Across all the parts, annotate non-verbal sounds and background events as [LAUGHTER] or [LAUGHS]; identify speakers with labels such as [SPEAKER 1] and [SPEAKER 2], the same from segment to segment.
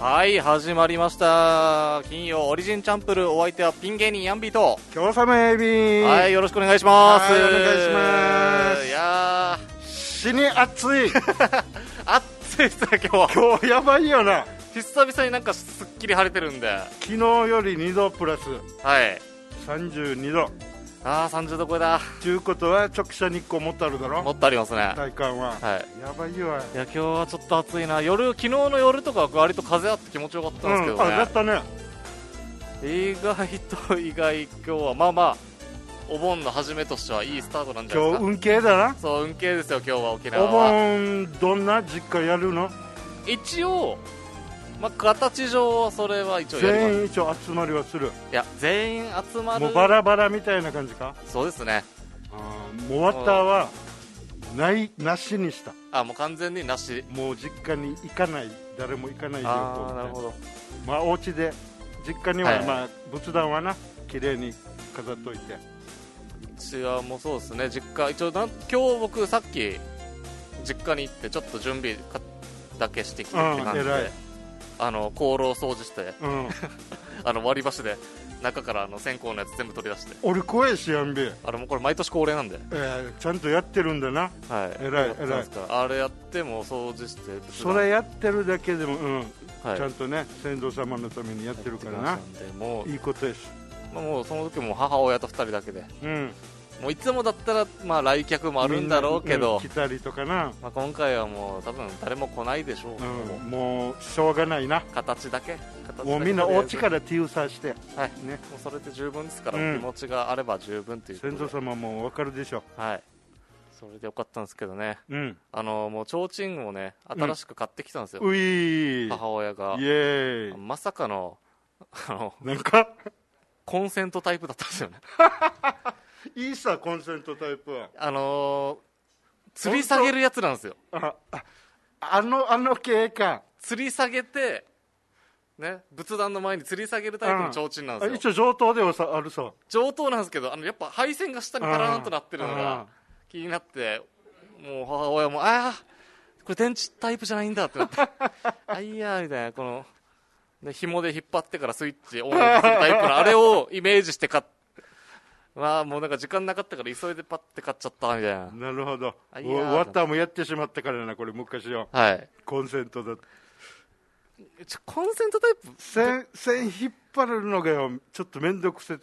[SPEAKER 1] はい始まりました金曜オリジンチャンプルーお相手はピン芸人ヤンビーと
[SPEAKER 2] 今日さのエビ
[SPEAKER 1] はいよろしくお願いします
[SPEAKER 2] はいお願いします
[SPEAKER 1] いや
[SPEAKER 2] 死に暑
[SPEAKER 1] [LAUGHS]
[SPEAKER 2] い
[SPEAKER 1] ー暑いっすね今日
[SPEAKER 2] 今日やばいよな
[SPEAKER 1] 久々になんかすっきり晴れてるんでは
[SPEAKER 2] 昨日より2度プラス
[SPEAKER 1] い
[SPEAKER 2] 32度
[SPEAKER 1] ああ30度超えだ
[SPEAKER 2] ちゅうことは直射日光もっとあるだ
[SPEAKER 1] も
[SPEAKER 2] ろ
[SPEAKER 1] っとありますねはい
[SPEAKER 2] 体感は、やばいよ
[SPEAKER 1] いや今日はちょっと暑いな夜昨日の夜とかは割と風あって気持ちよかったんですけ
[SPEAKER 2] う
[SPEAKER 1] ど
[SPEAKER 2] ん、あだっ
[SPEAKER 1] ね、
[SPEAKER 2] たね
[SPEAKER 1] 意外と意外今日はまあまあお盆の初めとしてはいいスタートなんじゃないで
[SPEAKER 2] 今
[SPEAKER 1] す
[SPEAKER 2] 日
[SPEAKER 1] か
[SPEAKER 2] 運慶だな
[SPEAKER 1] そう運慶ですよ今日は沖縄
[SPEAKER 2] お
[SPEAKER 1] は
[SPEAKER 2] 盆どんな実家やるの
[SPEAKER 1] 一応、まあ、形上それは一応やります
[SPEAKER 2] 全員一応集まりはする
[SPEAKER 1] いや全員集まる
[SPEAKER 2] もうバラバラみたいな感じか
[SPEAKER 1] そうですね
[SPEAKER 2] あーもう終わったはないなしにした
[SPEAKER 1] あもう完全になし
[SPEAKER 2] もう実家に行かない誰も行かないで
[SPEAKER 1] ああなるほど
[SPEAKER 2] まあお家で実家には、
[SPEAKER 1] はい
[SPEAKER 2] まあ仏壇はな綺麗に飾っといて
[SPEAKER 1] うちはもうそうですね実家一応なん今日僕さっき実家に行ってちょっと準備かだけしてきてって感じ
[SPEAKER 2] うん
[SPEAKER 1] で、
[SPEAKER 2] 偉い
[SPEAKER 1] あの香炉を掃除して
[SPEAKER 2] うん
[SPEAKER 1] あの割り箸で中からあの線香のやつ全部取り出して
[SPEAKER 2] 俺怖いしやんべ、
[SPEAKER 1] あれもうこれ毎年恒例なんで、
[SPEAKER 2] えーちゃんとやってるんだな
[SPEAKER 1] はい、
[SPEAKER 2] 偉い
[SPEAKER 1] やってますからあれやってもう掃除して
[SPEAKER 2] それやってるだけでも、うん
[SPEAKER 1] はい
[SPEAKER 2] ちゃんとね先祖様のためにやってるから
[SPEAKER 1] やっ
[SPEAKER 2] な
[SPEAKER 1] てますんでもう
[SPEAKER 2] いいことやし
[SPEAKER 1] まあもうその時も母親と2人だけで
[SPEAKER 2] うん
[SPEAKER 1] もういつもだったらまあ来客もあるんだろうけど
[SPEAKER 2] みんな、来たりとかな、
[SPEAKER 1] まあ、今回はもう多分誰も来ないでしょう、
[SPEAKER 2] う
[SPEAKER 1] も
[SPEAKER 2] ん、もうしょうがないな
[SPEAKER 1] う形だけ形だけ
[SPEAKER 2] もうみんなお家からら手をさして、
[SPEAKER 1] はい
[SPEAKER 2] ね、
[SPEAKER 1] もうそれで十分ですから、
[SPEAKER 2] うん
[SPEAKER 1] 気持ちがあれば十分ということ
[SPEAKER 2] 先
[SPEAKER 1] で
[SPEAKER 2] 祖様もわかるでしょ
[SPEAKER 1] はいそれでよかったんですけどね
[SPEAKER 2] うん
[SPEAKER 1] あのもう提灯をね新しく買ってきたんですよ、
[SPEAKER 2] うい
[SPEAKER 1] 母親が
[SPEAKER 2] イエーイ
[SPEAKER 1] まさかのあの
[SPEAKER 2] なんか
[SPEAKER 1] コンセントタイプだったんですよね
[SPEAKER 2] いいさコンセントタイプは
[SPEAKER 1] あの吊り下げるやつなんですよ
[SPEAKER 2] あああのあの系か
[SPEAKER 1] 吊り下げて、ね、仏壇の前に吊り下げるタイプの提灯なん
[SPEAKER 2] あ
[SPEAKER 1] ですよ、
[SPEAKER 2] 一応上等ではさあるさ
[SPEAKER 1] 上等なんですけどあのやっぱ配線が下にカラーンとなってるのが気になってもう母親もああこれ電池タイプじゃないんだってなってあいやーみたいなこので紐で引っ張ってからスイッチオンオフするタイプのあれをイメージして買っまあもうなんか時間なかったから急いでパッて買っちゃったみたいな
[SPEAKER 2] なるほど
[SPEAKER 1] あいや
[SPEAKER 2] 終わったもやってしまったからなこれ昔は
[SPEAKER 1] はい
[SPEAKER 2] コンセントだ
[SPEAKER 1] ちょコンセントタイプ
[SPEAKER 2] 線線引っ張るのがよちょっと面倒くせ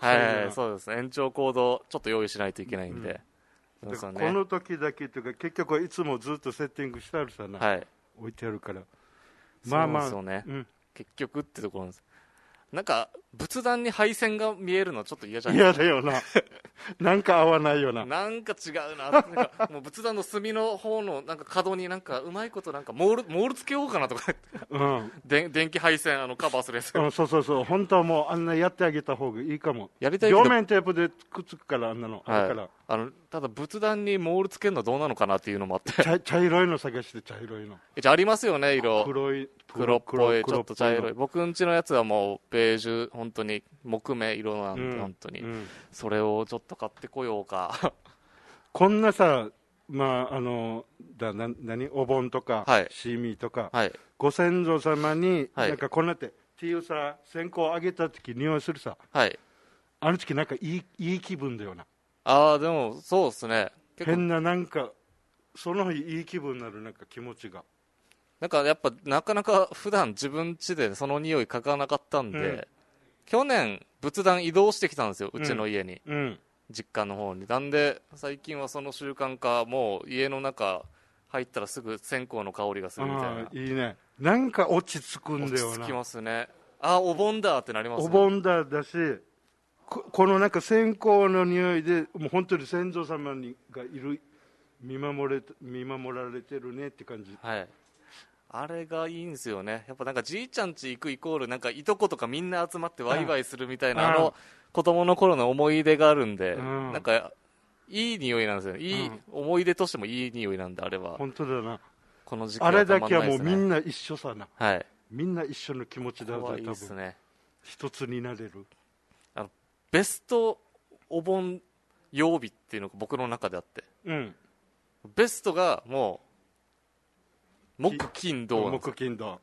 [SPEAKER 1] はい、
[SPEAKER 2] うん
[SPEAKER 1] そうですね延長コードちょっと用意しないといけないんで、そうですよね
[SPEAKER 2] この時だけというか結局はいつもずっとセッティングしてあるさな、
[SPEAKER 1] はい
[SPEAKER 2] 置いてあるからまあまあ
[SPEAKER 1] そうですよね
[SPEAKER 2] うん
[SPEAKER 1] 結局ってところなんですなんか仏壇に配線が見えるのちょっと嫌じゃない
[SPEAKER 2] 嫌だよな [LAUGHS] なんか合わないよな
[SPEAKER 1] なんか違うななんかもう仏壇の隅の方のなんか角になんかうまいことなんかモールモールつけようかなとか [LAUGHS]
[SPEAKER 2] うん
[SPEAKER 1] で電気配線あのカバーするやつ
[SPEAKER 2] うん、そうそうそう、本当はもうあんなやってあげた方がいいかも。
[SPEAKER 1] やりたいけど
[SPEAKER 2] 両面テープでくっつくから、あんなの。
[SPEAKER 1] は
[SPEAKER 2] だから
[SPEAKER 1] い、あのただ仏壇にモールつけるのどうなのかなっていうのもあって [LAUGHS]
[SPEAKER 2] 茶茶色いの探して、茶色いの。
[SPEAKER 1] えじゃあありますよね色
[SPEAKER 2] 黒い、
[SPEAKER 1] 黒っぽいち
[SPEAKER 2] 黒
[SPEAKER 1] ょっと茶色い
[SPEAKER 2] 黒
[SPEAKER 1] 僕んちのやつはもうベージュ本当に木目色なんで、
[SPEAKER 2] ぽいのうん
[SPEAKER 1] 本当に、
[SPEAKER 2] うん
[SPEAKER 1] それをちょっと買ってこよう
[SPEAKER 2] [LAUGHS]
[SPEAKER 1] か
[SPEAKER 2] こんなさ、まあ、あの、だな何お盆とか、
[SPEAKER 1] はい
[SPEAKER 2] シーミーとか、
[SPEAKER 1] はい
[SPEAKER 2] ご先祖様に、
[SPEAKER 1] はい
[SPEAKER 2] なんかこんなって、っていうさ、線香をあげた時匂いするさ、
[SPEAKER 1] はい
[SPEAKER 2] あの時なんかいいいい気分だよな。
[SPEAKER 1] ああでもそうですね結構
[SPEAKER 2] 変ななんか、その日いい気分になる、なんか気持ちが。
[SPEAKER 1] なんかやっぱなかなか普段自分家でその匂い嗅がなかったんで、
[SPEAKER 2] うん
[SPEAKER 1] 去年仏壇移動してきたんですようちの家に、
[SPEAKER 2] うん。
[SPEAKER 1] 実家の方になんで最近はその習慣化もう家の中入ったらすぐ線香の香りがするみたいな
[SPEAKER 2] ああいいねなんか落ち着くん
[SPEAKER 1] 落
[SPEAKER 2] だ
[SPEAKER 1] ち
[SPEAKER 2] よ
[SPEAKER 1] 着き
[SPEAKER 2] な
[SPEAKER 1] ますねああお盆だってなりますね
[SPEAKER 2] お盆だだしここのなんか線香の匂いでもう本当に先祖様にがいる見守れ見守られてるねって感じ
[SPEAKER 1] はいあれがいいんですよねやっぱなんかじいちゃん家行くイコールなんかいとことかみんな集まってワイワイするみたいな
[SPEAKER 2] うん
[SPEAKER 1] あ
[SPEAKER 2] うん
[SPEAKER 1] の子供の頃の思い出があるんで、
[SPEAKER 2] うん
[SPEAKER 1] なんかいい匂いなんですよねいい、
[SPEAKER 2] うん
[SPEAKER 1] 思い出としてもいい匂いなんであれは
[SPEAKER 2] 本当だな
[SPEAKER 1] この時期
[SPEAKER 2] あれだけは
[SPEAKER 1] たまんないで
[SPEAKER 2] もう
[SPEAKER 1] すね
[SPEAKER 2] みんな一緒さな
[SPEAKER 1] はい
[SPEAKER 2] みんな一緒の気持ちだよ
[SPEAKER 1] これはいい
[SPEAKER 2] 多
[SPEAKER 1] です
[SPEAKER 2] 分
[SPEAKER 1] ね
[SPEAKER 2] 一つになれる
[SPEAKER 1] ベストお盆曜日っていうのが僕の中であって
[SPEAKER 2] うん
[SPEAKER 1] ベストがもう木金土なんですよ
[SPEAKER 2] 木金土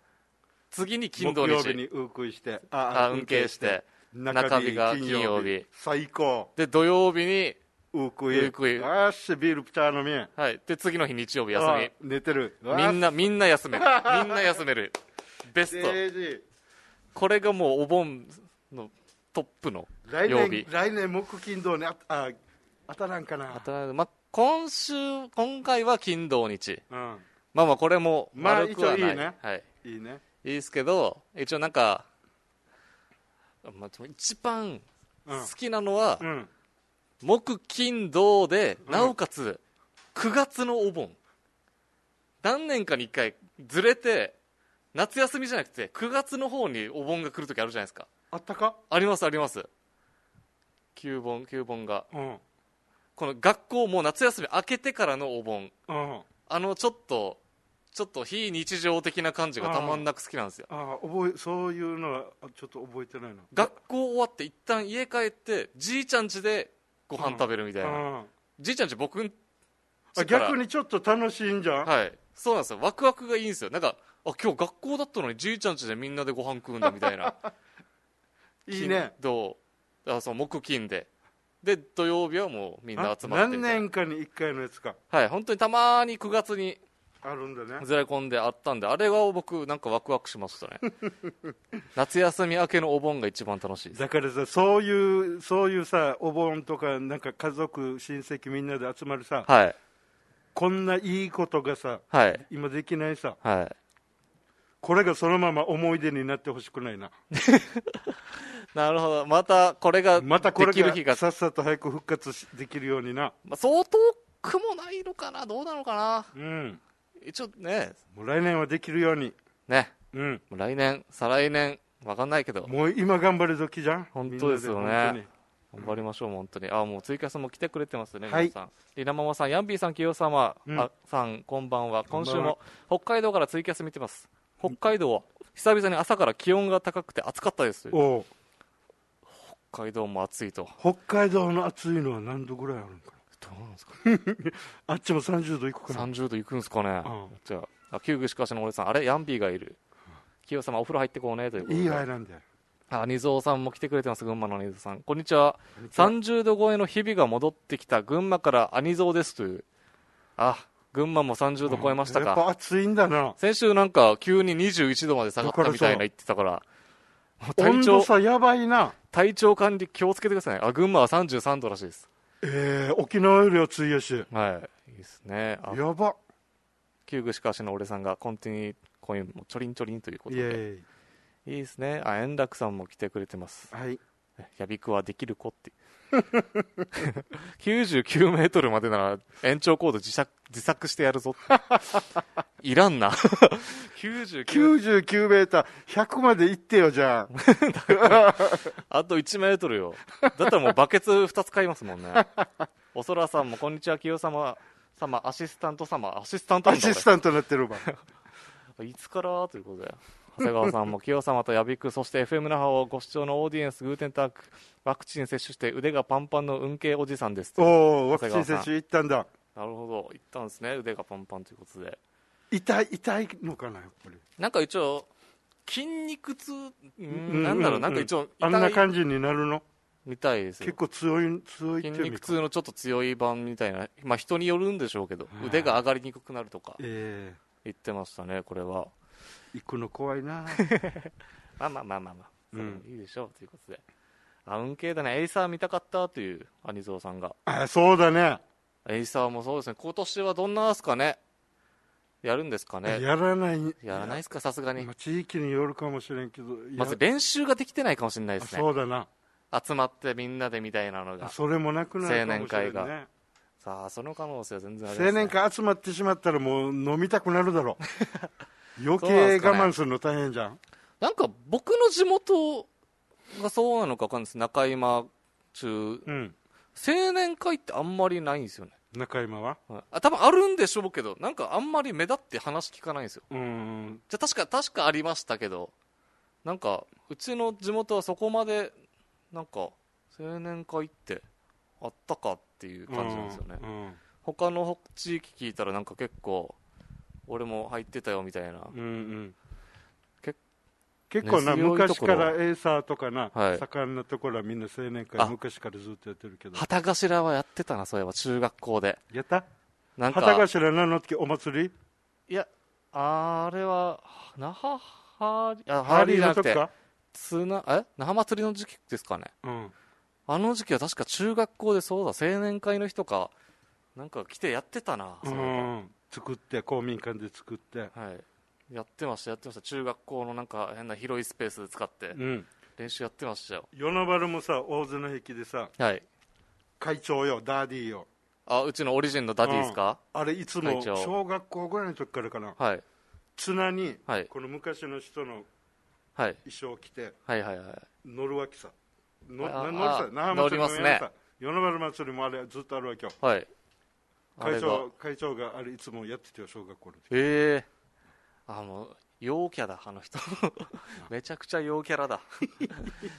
[SPEAKER 1] 次に金
[SPEAKER 2] 木
[SPEAKER 1] 土
[SPEAKER 2] 曜日に
[SPEAKER 1] 日
[SPEAKER 2] 運休して
[SPEAKER 1] あ運慶して
[SPEAKER 2] 中
[SPEAKER 1] 中
[SPEAKER 2] 日
[SPEAKER 1] 日が
[SPEAKER 2] 金曜
[SPEAKER 1] 金曜
[SPEAKER 2] 日
[SPEAKER 1] 日
[SPEAKER 2] 最高
[SPEAKER 1] で土曜日に、
[SPEAKER 2] 運休
[SPEAKER 1] 運休
[SPEAKER 2] あーしビールピター飲みあ
[SPEAKER 1] はい、で次の日日曜日休
[SPEAKER 2] ー寝てる
[SPEAKER 1] みみん
[SPEAKER 2] な
[SPEAKER 1] なみんな休める
[SPEAKER 2] [LAUGHS]
[SPEAKER 1] みんな休めるベストこれがもうお盆のトップの
[SPEAKER 2] 来
[SPEAKER 1] 曜
[SPEAKER 2] 年
[SPEAKER 1] 日
[SPEAKER 2] 来年木金土にああ当たらんかな
[SPEAKER 1] あとまあ、今週今回は金土日
[SPEAKER 2] うん
[SPEAKER 1] まあまあこれも
[SPEAKER 2] まあ
[SPEAKER 1] 悪くはない、
[SPEAKER 2] 一応いいね
[SPEAKER 1] はい、
[SPEAKER 2] いいね
[SPEAKER 1] いいですけど一応なんか、まあ、でも一番
[SPEAKER 2] うん
[SPEAKER 1] 好きなのは、
[SPEAKER 2] うん
[SPEAKER 1] 木金土で
[SPEAKER 2] ん
[SPEAKER 1] なおかつ9月のお盆何年かに1回ずれて夏休みじゃなくて9月の方にお盆が来る時あるじゃないですか
[SPEAKER 2] あったか
[SPEAKER 1] ありますあります旧盆旧盆が
[SPEAKER 2] うん
[SPEAKER 1] この学校もう夏休み明けてからのお盆
[SPEAKER 2] うん
[SPEAKER 1] あのちょっとちょっと非日常的な感じがたまんなく好きなんですよ
[SPEAKER 2] あー覚えそういうのはあちょっと覚えてないな
[SPEAKER 1] 学校終わって一旦家帰ってじいちゃん家でご飯食べるみたいな、
[SPEAKER 2] うん
[SPEAKER 1] じいちゃん家僕ん
[SPEAKER 2] あ
[SPEAKER 1] 家から
[SPEAKER 2] 逆にちょっと楽しいんじゃん、
[SPEAKER 1] はいそうなんですよワクワクがいいんですよなんかあ今日学校だったのにじいちゃん家でみんなでご飯食
[SPEAKER 2] [LAUGHS]
[SPEAKER 1] うんだみたいな
[SPEAKER 2] い、い
[SPEAKER 1] 金
[SPEAKER 2] ね
[SPEAKER 1] 土あそう木金でで土曜日はもうみんな
[SPEAKER 2] あ
[SPEAKER 1] 集まって
[SPEAKER 2] 何
[SPEAKER 1] みたいな
[SPEAKER 2] 年かに1回のやつか
[SPEAKER 1] はい本当にたまに9月に
[SPEAKER 2] あるんだね
[SPEAKER 1] ずれ込んであったんであれは僕なんかワクワクしました
[SPEAKER 2] [LAUGHS]
[SPEAKER 1] ね夏休み明けのお盆が一番楽しいです
[SPEAKER 2] だからさそういうそういうさお盆とかなんか家族親戚みんなで集まるさ
[SPEAKER 1] はい
[SPEAKER 2] こんないいことがさ
[SPEAKER 1] はい
[SPEAKER 2] 今できないさ
[SPEAKER 1] はい
[SPEAKER 2] これがそのまま思い出になってほしくないな
[SPEAKER 1] なるほどまたこれが
[SPEAKER 2] また
[SPEAKER 1] で
[SPEAKER 2] こ
[SPEAKER 1] きる日
[SPEAKER 2] れ
[SPEAKER 1] が
[SPEAKER 2] がさっさと早く復活しできるようにな
[SPEAKER 1] まあ、相当苦もないのかなどうなのかな
[SPEAKER 2] うん
[SPEAKER 1] 一応ね
[SPEAKER 2] もう来年はできるように
[SPEAKER 1] ね
[SPEAKER 2] うん
[SPEAKER 1] もう来年再来年わかんないけど
[SPEAKER 2] もう今頑張る時じゃん
[SPEAKER 1] 本当ですよね
[SPEAKER 2] みんなで本
[SPEAKER 1] 頑張りましょう本当にあもう追加さんも来てくれてますね
[SPEAKER 2] はい
[SPEAKER 1] 皆さん、りなママさんヤンビーさん清様、
[SPEAKER 2] うん
[SPEAKER 1] あさんこんばんは
[SPEAKER 2] こん
[SPEAKER 1] 今
[SPEAKER 2] ばんは
[SPEAKER 1] 週も北海道からツイキャス見てます北海道は久々に朝から気温が高くて暑かったです
[SPEAKER 2] 当におう
[SPEAKER 1] 北海道も暑いと
[SPEAKER 2] 北海道の暑いのは何度ぐらいあるのか
[SPEAKER 1] ど
[SPEAKER 2] な
[SPEAKER 1] うなんですか
[SPEAKER 2] あっちも30度いくかな
[SPEAKER 1] 30度いくんですかね、
[SPEAKER 2] うん
[SPEAKER 1] じゃああ旧具しかしの俺さんあれヤンビーがいる清様お風呂入ってこうねということで
[SPEAKER 2] いい愛なんだよ
[SPEAKER 1] あ、二蔵さんも来てくれてます、群馬の二蔵さん。こんにちは。30度超えの日々が戻ってきた群馬からアニゾーですという。あ、群馬も30度超えました
[SPEAKER 2] や
[SPEAKER 1] か。
[SPEAKER 2] っぱ暑いんだな
[SPEAKER 1] 先週なんか急に21度まで下がったみたいな言ってたから、もう体
[SPEAKER 2] 温度
[SPEAKER 1] 調、
[SPEAKER 2] 差やばいな
[SPEAKER 1] 体調管理気をつけてくださいね。あ、群馬は33度らしいです。
[SPEAKER 2] えー、沖縄よりは強いしや
[SPEAKER 1] はい。いいですね。あ、
[SPEAKER 2] ば
[SPEAKER 1] 旧具しかしの俺さんがコンティニーコインもちょりんちょりんということ
[SPEAKER 2] イエ
[SPEAKER 1] で。
[SPEAKER 2] ーイ
[SPEAKER 1] いいですね。あ、円楽さんも来てくれてます。
[SPEAKER 2] はい
[SPEAKER 1] やびくはできる子って。99メートルまでなら延長コード自作自作してやるぞって。いらんな。99、
[SPEAKER 2] 99メーター100まで行ってよじ
[SPEAKER 1] [LAUGHS]
[SPEAKER 2] ゃあ
[SPEAKER 1] あと1メートルよ。だったらもうバケツ2つ買いますもんね。おそらさんも、こんにちは、清様様、アシスタント様、アシスタント
[SPEAKER 2] ア
[SPEAKER 1] なんだ
[SPEAKER 2] シスタントになってるわ
[SPEAKER 1] いつからということで、長谷川さんも、清様とやびく、そして FM 那覇をご視聴のオーディエンス、グーテンターク、ワクチン接種して腕がパンパンの運慶おじさんです。
[SPEAKER 2] おお
[SPEAKER 1] [LAUGHS]
[SPEAKER 2] ワ
[SPEAKER 1] 長
[SPEAKER 2] ク
[SPEAKER 1] 谷川
[SPEAKER 2] チン
[SPEAKER 1] さん
[SPEAKER 2] 接種行ったんだ
[SPEAKER 1] なるほど、行ったんですね、腕がパンパンということで。
[SPEAKER 2] 痛い痛いのかなやっぱり
[SPEAKER 1] なんか一応、筋肉痛、う
[SPEAKER 2] うん
[SPEAKER 1] んなんだろう、なんか一応、
[SPEAKER 2] あんな
[SPEAKER 1] 痛い
[SPEAKER 2] 感じになるの
[SPEAKER 1] みたいです
[SPEAKER 2] 結
[SPEAKER 1] よ。
[SPEAKER 2] 構強い強いっ
[SPEAKER 1] 筋
[SPEAKER 2] てい
[SPEAKER 1] 肉
[SPEAKER 2] うの
[SPEAKER 1] 痛のちょっと強い版みたいな、まあ人によるんでしょうけど、腕が上がりにくくなるとか
[SPEAKER 2] え
[SPEAKER 1] 言ってましたね、これは。
[SPEAKER 2] ー、行くの怖いな
[SPEAKER 1] まあまあまあまあまあ、それ
[SPEAKER 2] うん
[SPEAKER 1] もいいでしょうということで。あ、運慶だね、エイサー見たかったという、アニゾーさんが。
[SPEAKER 2] あそうだね
[SPEAKER 1] エイサーもそうですね、今年はどんなですかね、やるんですかね。
[SPEAKER 2] やらない
[SPEAKER 1] やらない
[SPEAKER 2] い
[SPEAKER 1] ですか、さすがに
[SPEAKER 2] まあ、。地域によるかもしれんけどや
[SPEAKER 1] まず練習ができてないかもしれない
[SPEAKER 2] あ
[SPEAKER 1] ですね。
[SPEAKER 2] そうだな
[SPEAKER 1] 集まってみんなでみたいなのが
[SPEAKER 2] それもなくなるかもしれ
[SPEAKER 1] 青年会
[SPEAKER 2] んね
[SPEAKER 1] がさあその可能性は全然あります、ね、
[SPEAKER 2] 青年会集まってしまったらもう飲みたくなるだろ
[SPEAKER 1] [LAUGHS]
[SPEAKER 2] う余
[SPEAKER 1] そうなん
[SPEAKER 2] 計
[SPEAKER 1] すかね
[SPEAKER 2] 我慢するの大変じゃん
[SPEAKER 1] なんか僕の地元がそうなのか分かんないです中山中
[SPEAKER 2] うん
[SPEAKER 1] 青年会ってあんまりないんですよね
[SPEAKER 2] 中山は
[SPEAKER 1] はいあ多分あるんでしょうけどなんかあんまり目立って話聞かないんですよ
[SPEAKER 2] うん
[SPEAKER 1] じゃあ確か確かありましたけどなんかうちの地元はそこまでなんか青年会ってあったかっていう感じなんですよね、
[SPEAKER 2] ね
[SPEAKER 1] 他の地域聞いたらなんか結構俺も入ってたよみたいな
[SPEAKER 2] うんうん結構な
[SPEAKER 1] 根強いところ
[SPEAKER 2] 昔からエイサーとかな、
[SPEAKER 1] はい
[SPEAKER 2] 盛んなところはみんな青年
[SPEAKER 1] あ
[SPEAKER 2] 会昔からずっとやってるけど
[SPEAKER 1] 旗頭はやってたなそういえば中学校で
[SPEAKER 2] やった
[SPEAKER 1] なんか
[SPEAKER 2] 旗頭なのってお祭り
[SPEAKER 1] いやあれは那覇ハーリーあハ
[SPEAKER 2] ハ
[SPEAKER 1] ー
[SPEAKER 2] ー
[SPEAKER 1] リ
[SPEAKER 2] リ
[SPEAKER 1] ーじ
[SPEAKER 2] ー
[SPEAKER 1] ゃな
[SPEAKER 2] の
[SPEAKER 1] く
[SPEAKER 2] とこ
[SPEAKER 1] て
[SPEAKER 2] か
[SPEAKER 1] つなえ那覇祭りの時期ですかね
[SPEAKER 2] うん
[SPEAKER 1] あの時期は確か中学校でそうだ青年会の人かなんか来てやってたな、
[SPEAKER 2] う
[SPEAKER 1] そういえ
[SPEAKER 2] ん作って公民館で作って
[SPEAKER 1] ばはいやってましたやってました中学校のなんか変な広いスペース使って
[SPEAKER 2] うん
[SPEAKER 1] 練習やってましたよ、
[SPEAKER 2] 与那原もさ大津の壁でさ
[SPEAKER 1] はい
[SPEAKER 2] 会長よダーディーよ
[SPEAKER 1] あうちのオリジンのダディですか、
[SPEAKER 2] あれいつも
[SPEAKER 1] 会長
[SPEAKER 2] 小学校ぐらいの時からかな
[SPEAKER 1] はい
[SPEAKER 2] 綱に
[SPEAKER 1] はい
[SPEAKER 2] この昔の人の
[SPEAKER 1] はい
[SPEAKER 2] 衣装を着て
[SPEAKER 1] はいはいはい
[SPEAKER 2] 乗るわけさの
[SPEAKER 1] あ
[SPEAKER 2] な乗るさ
[SPEAKER 1] あ
[SPEAKER 2] 那覇
[SPEAKER 1] 乗り
[SPEAKER 2] 祭りも
[SPEAKER 1] ますね
[SPEAKER 2] やるさ与那原祭りもあれずっとあるわけよ
[SPEAKER 1] はいあれ
[SPEAKER 2] 会
[SPEAKER 1] が
[SPEAKER 2] 長会長があれいつもやってたよ小学校の時
[SPEAKER 1] ええあもう陽キャだあの
[SPEAKER 2] [LAUGHS]
[SPEAKER 1] 人めちゃくちゃ陽キャラだ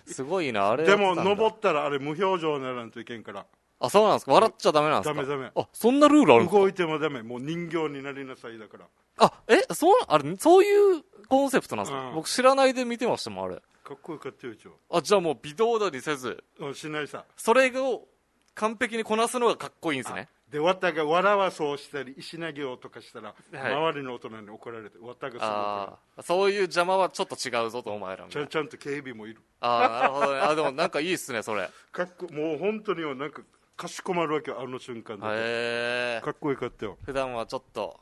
[SPEAKER 1] すごいなあれやっ
[SPEAKER 2] で
[SPEAKER 1] てた
[SPEAKER 2] も
[SPEAKER 1] んだ
[SPEAKER 2] 登ったらあれ無表情にならんといけんから
[SPEAKER 1] あそうなんですか笑っちゃダメなんです
[SPEAKER 2] ダ
[SPEAKER 1] か
[SPEAKER 2] メダメ
[SPEAKER 1] あそんなルールあるんですか
[SPEAKER 2] 動いてもダメもう人形になりなさいだから
[SPEAKER 1] あえそうあれそういうコンセプトなんですか、
[SPEAKER 2] うん
[SPEAKER 1] 僕知らないで見てましたもんあれ
[SPEAKER 2] かっこよかったよ一応
[SPEAKER 1] あじゃあもう微動だにせず
[SPEAKER 2] うんしないさ
[SPEAKER 1] それを完璧にこなすのがかっこいいんですね
[SPEAKER 2] で綿がわらわそうしたり石投げをとかしたら、
[SPEAKER 1] はい
[SPEAKER 2] 周りの大人に怒られて綿がす
[SPEAKER 1] あ
[SPEAKER 2] ごいか
[SPEAKER 1] あそういう邪魔はちょっと違うぞとお前ら
[SPEAKER 2] ら
[SPEAKER 1] み
[SPEAKER 2] ち
[SPEAKER 1] たい
[SPEAKER 2] ゃん
[SPEAKER 1] な
[SPEAKER 2] ちゃんと警備もいる
[SPEAKER 1] ああなるほどねあでもなんかいいっすねそれへ
[SPEAKER 2] かっこもう本当によなんかかしこまるわけよあの瞬間だと、
[SPEAKER 1] え
[SPEAKER 2] かっこよかったよ
[SPEAKER 1] 普段はちょっと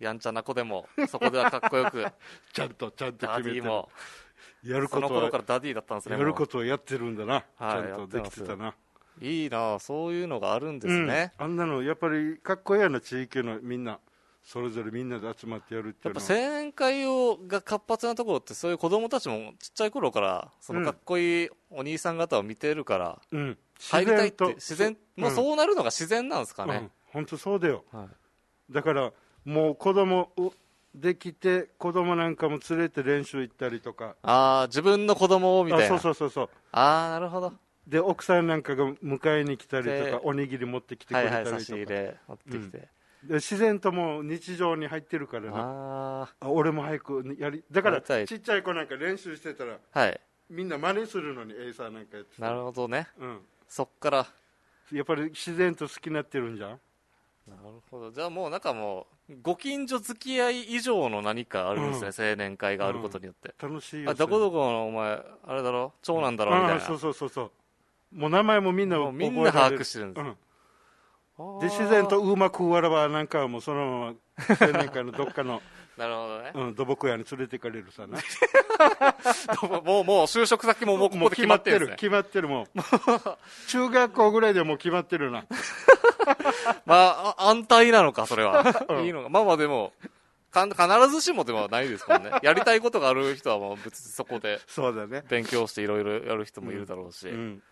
[SPEAKER 1] やんちゃな子でもそこではかっこ
[SPEAKER 2] [LAUGHS]
[SPEAKER 1] よく
[SPEAKER 2] ちゃんとちゃんと
[SPEAKER 1] ダ
[SPEAKER 2] 決
[SPEAKER 1] デ
[SPEAKER 2] め
[SPEAKER 1] ィ
[SPEAKER 2] て
[SPEAKER 1] も
[SPEAKER 2] やる
[SPEAKER 1] そ
[SPEAKER 2] こ
[SPEAKER 1] の
[SPEAKER 2] と
[SPEAKER 1] 頃
[SPEAKER 2] は
[SPEAKER 1] からダディだったんですね
[SPEAKER 2] や
[SPEAKER 1] もう
[SPEAKER 2] ることをやってるんだな、
[SPEAKER 1] はい
[SPEAKER 2] ちゃんとできてたな
[SPEAKER 1] はいいなあそういうのがあるんですね、
[SPEAKER 2] うん、あんなのやっぱりかっこいいやな地域のみんなそれぞれみんなで集まってやるって
[SPEAKER 1] やっ
[SPEAKER 2] いう
[SPEAKER 1] ぱ
[SPEAKER 2] のは
[SPEAKER 1] 青年会をが活発なところってそういう子供たちもちっちゃい頃からそのかっこいいお兄さん方を見てるから
[SPEAKER 2] うん、
[SPEAKER 1] 入りたいって
[SPEAKER 2] と
[SPEAKER 1] 自然もうそうなるのが自然なんですか
[SPEAKER 2] うんう
[SPEAKER 1] ね
[SPEAKER 2] ん、本当そうだよ
[SPEAKER 1] はい
[SPEAKER 2] だからもう子供をできて子供なんかも連れて練習行ったりとか
[SPEAKER 1] ああ自分の子供をみた
[SPEAKER 2] あ
[SPEAKER 1] い
[SPEAKER 2] そ
[SPEAKER 1] な
[SPEAKER 2] うそうそうそう
[SPEAKER 1] ああなるほど
[SPEAKER 2] で奥さんなんかが迎えに来たりと
[SPEAKER 1] で
[SPEAKER 2] かおにぎり持ってきてく
[SPEAKER 1] は
[SPEAKER 2] れ
[SPEAKER 1] い
[SPEAKER 2] た
[SPEAKER 1] はい
[SPEAKER 2] りとか、
[SPEAKER 1] 差し入れ持ってきて、
[SPEAKER 2] で自然ともう日常に入ってるからな
[SPEAKER 1] あ
[SPEAKER 2] あ俺も早くやりだか
[SPEAKER 1] や
[SPEAKER 2] ら
[SPEAKER 1] りたい
[SPEAKER 2] ちっちゃい子なんか練習してたら
[SPEAKER 1] あはい
[SPEAKER 2] みんな真似するのにエイサーなんかやってた
[SPEAKER 1] なるほどね
[SPEAKER 2] うん
[SPEAKER 1] そっから
[SPEAKER 2] やっぱり自然と好きになってるんじゃん
[SPEAKER 1] なるほどじゃあもうなんかもうご近所付き合い以上の何かあるんですね、青年会があることによって、
[SPEAKER 2] 楽しいよ
[SPEAKER 1] あどこどこのお前あれだろ長男だ
[SPEAKER 2] だ
[SPEAKER 1] ろみたいな、
[SPEAKER 2] そうそうそうそうもう名前もみんな
[SPEAKER 1] もう
[SPEAKER 2] 覚
[SPEAKER 1] み
[SPEAKER 2] え
[SPEAKER 1] んな
[SPEAKER 2] ら
[SPEAKER 1] 把
[SPEAKER 2] れる
[SPEAKER 1] 握してるんです、
[SPEAKER 2] うん
[SPEAKER 1] あー
[SPEAKER 2] で自然とうまくわらばなんかはもうそのま
[SPEAKER 1] [LAUGHS]
[SPEAKER 2] ま青年会のどっかの、
[SPEAKER 1] なるほどね、 [LAUGHS]
[SPEAKER 2] うん、土木屋に連れていかれるさな
[SPEAKER 1] もうもう就職先 [LAUGHS] ももうここで決まってるんですね
[SPEAKER 2] 決まってるもう
[SPEAKER 1] [LAUGHS]
[SPEAKER 2] 中学校ぐらいでもう決まってるな
[SPEAKER 1] まああ安泰なのかそれは、いいのかまあまあでもかん必ずしもではないです
[SPEAKER 2] [LAUGHS]
[SPEAKER 1] もんねやりたいことがある人はもう別にそこで
[SPEAKER 2] そうだね
[SPEAKER 1] 勉強していろいろやる人もいるだろうし、
[SPEAKER 2] うん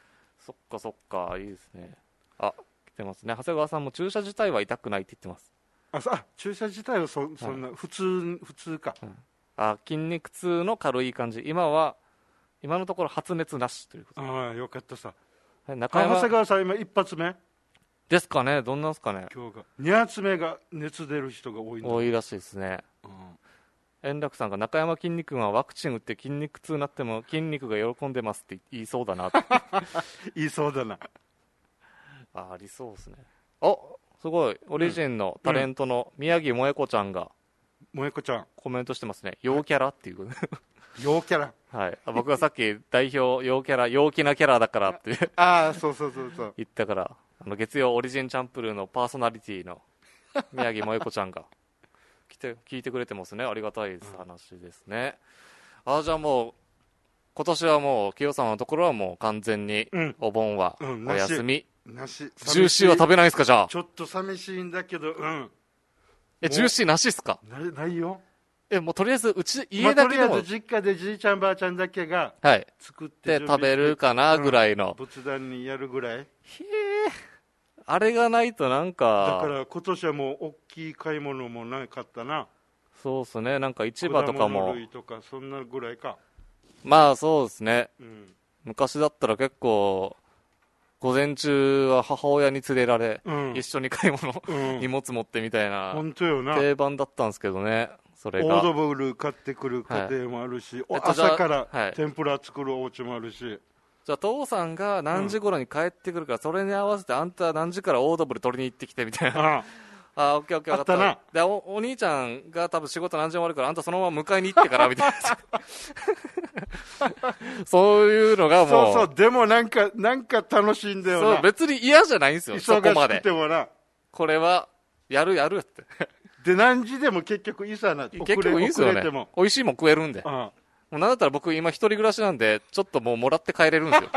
[SPEAKER 1] そっかそっかいいですねあ来てますね長谷川さんも注射自体は痛くないって言ってます
[SPEAKER 2] あさあ駐車自体はそそんな、普通普通か、
[SPEAKER 1] あ筋肉痛の軽い感じ今は今のところ発熱なしということ
[SPEAKER 2] ああよかったさ
[SPEAKER 1] はい中
[SPEAKER 2] あ長谷
[SPEAKER 1] 山
[SPEAKER 2] 川さん今一発目
[SPEAKER 1] ですかねどんなんですかね
[SPEAKER 2] 今日が二発目が熱出る人が多いんだ、
[SPEAKER 1] 多いらしいですね
[SPEAKER 2] うん
[SPEAKER 1] 円楽さんが中山筋肉マンはワクチン打って筋肉痛になっても筋肉が喜んでますって言いそうだなって
[SPEAKER 2] [LAUGHS] 言いそうだな
[SPEAKER 1] あありそうですねあすごいオリジンのタレントの宮城萌子ちゃんが
[SPEAKER 2] 萌子ちゃん
[SPEAKER 1] コメントしてますね陽キャラっていうこと
[SPEAKER 2] 陽キャラ
[SPEAKER 1] はいあ僕がさっき代表陽キャラ陽気なキャラだからって
[SPEAKER 2] [LAUGHS] ああそうそうそうそう
[SPEAKER 1] 言ったからあの月曜オリジンチャンプルーのパーソナリティの宮城萌子ちゃんが [LAUGHS] 来て聞いてくれてますねありがたいです話ですね、ああじゃあもう今年はもう清様のところはもう完全に
[SPEAKER 2] うん
[SPEAKER 1] お盆は
[SPEAKER 2] うん
[SPEAKER 1] お休み、
[SPEAKER 2] なし
[SPEAKER 1] ジューシーは食べないですかじゃあ
[SPEAKER 2] ちょっと寂しいんだけどうん
[SPEAKER 1] えジューシーなしっすか
[SPEAKER 2] なないよ
[SPEAKER 1] えもうとりあえずうち
[SPEAKER 2] ま
[SPEAKER 1] 家
[SPEAKER 2] あ
[SPEAKER 1] だけで
[SPEAKER 2] と
[SPEAKER 1] も、
[SPEAKER 2] りあえず実家でじいちゃんばあちゃんだけが
[SPEAKER 1] はい
[SPEAKER 2] 作っ
[SPEAKER 1] で
[SPEAKER 2] て準備
[SPEAKER 1] 食べるかなぐらいの、
[SPEAKER 2] 仏壇にやるぐらい
[SPEAKER 1] あれがないとなんか
[SPEAKER 2] だから今年はもう大きい買い物もなかったな
[SPEAKER 1] そうっすねなんか市場とか
[SPEAKER 2] 果物
[SPEAKER 1] も
[SPEAKER 2] 類とかそんなぐらいか
[SPEAKER 1] まあそうですね
[SPEAKER 2] うん、
[SPEAKER 1] 昔だったら結構午前中は母親に連れられ、
[SPEAKER 2] うん
[SPEAKER 1] 一緒に買い物、
[SPEAKER 2] うん
[SPEAKER 1] 荷物持ってみたいな
[SPEAKER 2] 本当よな
[SPEAKER 1] 定番だったんですけどねそ
[SPEAKER 2] オ
[SPEAKER 1] れ
[SPEAKER 2] ード
[SPEAKER 1] が
[SPEAKER 2] ブル買ってくる家庭もあるし、お
[SPEAKER 1] えっとじゃあ
[SPEAKER 2] 朝から
[SPEAKER 1] はい
[SPEAKER 2] 天ぷら作るお家もあ
[SPEAKER 1] [LAUGHS]
[SPEAKER 2] るし、
[SPEAKER 1] じゃあ父さんが何時頃に帰ってくるから、それに合わせてあんた何時からオードブル取りに行ってきてみ
[SPEAKER 2] [LAUGHS]
[SPEAKER 1] たいな
[SPEAKER 2] あ
[SPEAKER 1] あオッケーオッケー分かった
[SPEAKER 2] あった
[SPEAKER 1] でおお兄ちゃんが多分仕事何時に終わるからあんたそのまま迎えに行ってからみたい
[SPEAKER 2] [LAUGHS]
[SPEAKER 1] なそういうのが
[SPEAKER 2] あそ
[SPEAKER 1] も
[SPEAKER 2] う
[SPEAKER 1] う
[SPEAKER 2] そう、でもなんか、なんか楽しいんだよ
[SPEAKER 1] そう
[SPEAKER 2] な。
[SPEAKER 1] 別に嫌じゃないんですよそこま
[SPEAKER 2] 忙し
[SPEAKER 1] で
[SPEAKER 2] くてもな。
[SPEAKER 1] これはやるやるって
[SPEAKER 2] で、何時でも結局いいさな。遅
[SPEAKER 1] 結
[SPEAKER 2] れ
[SPEAKER 1] 局いいです
[SPEAKER 2] 遅
[SPEAKER 1] よ
[SPEAKER 2] れ
[SPEAKER 1] ね
[SPEAKER 2] ても。
[SPEAKER 1] 美味しいもん食えるんで
[SPEAKER 2] うん
[SPEAKER 1] もうなんだったら僕今一人暮らしなんで、ちょっともうもらって帰れるん
[SPEAKER 2] [LAUGHS]
[SPEAKER 1] ですよ。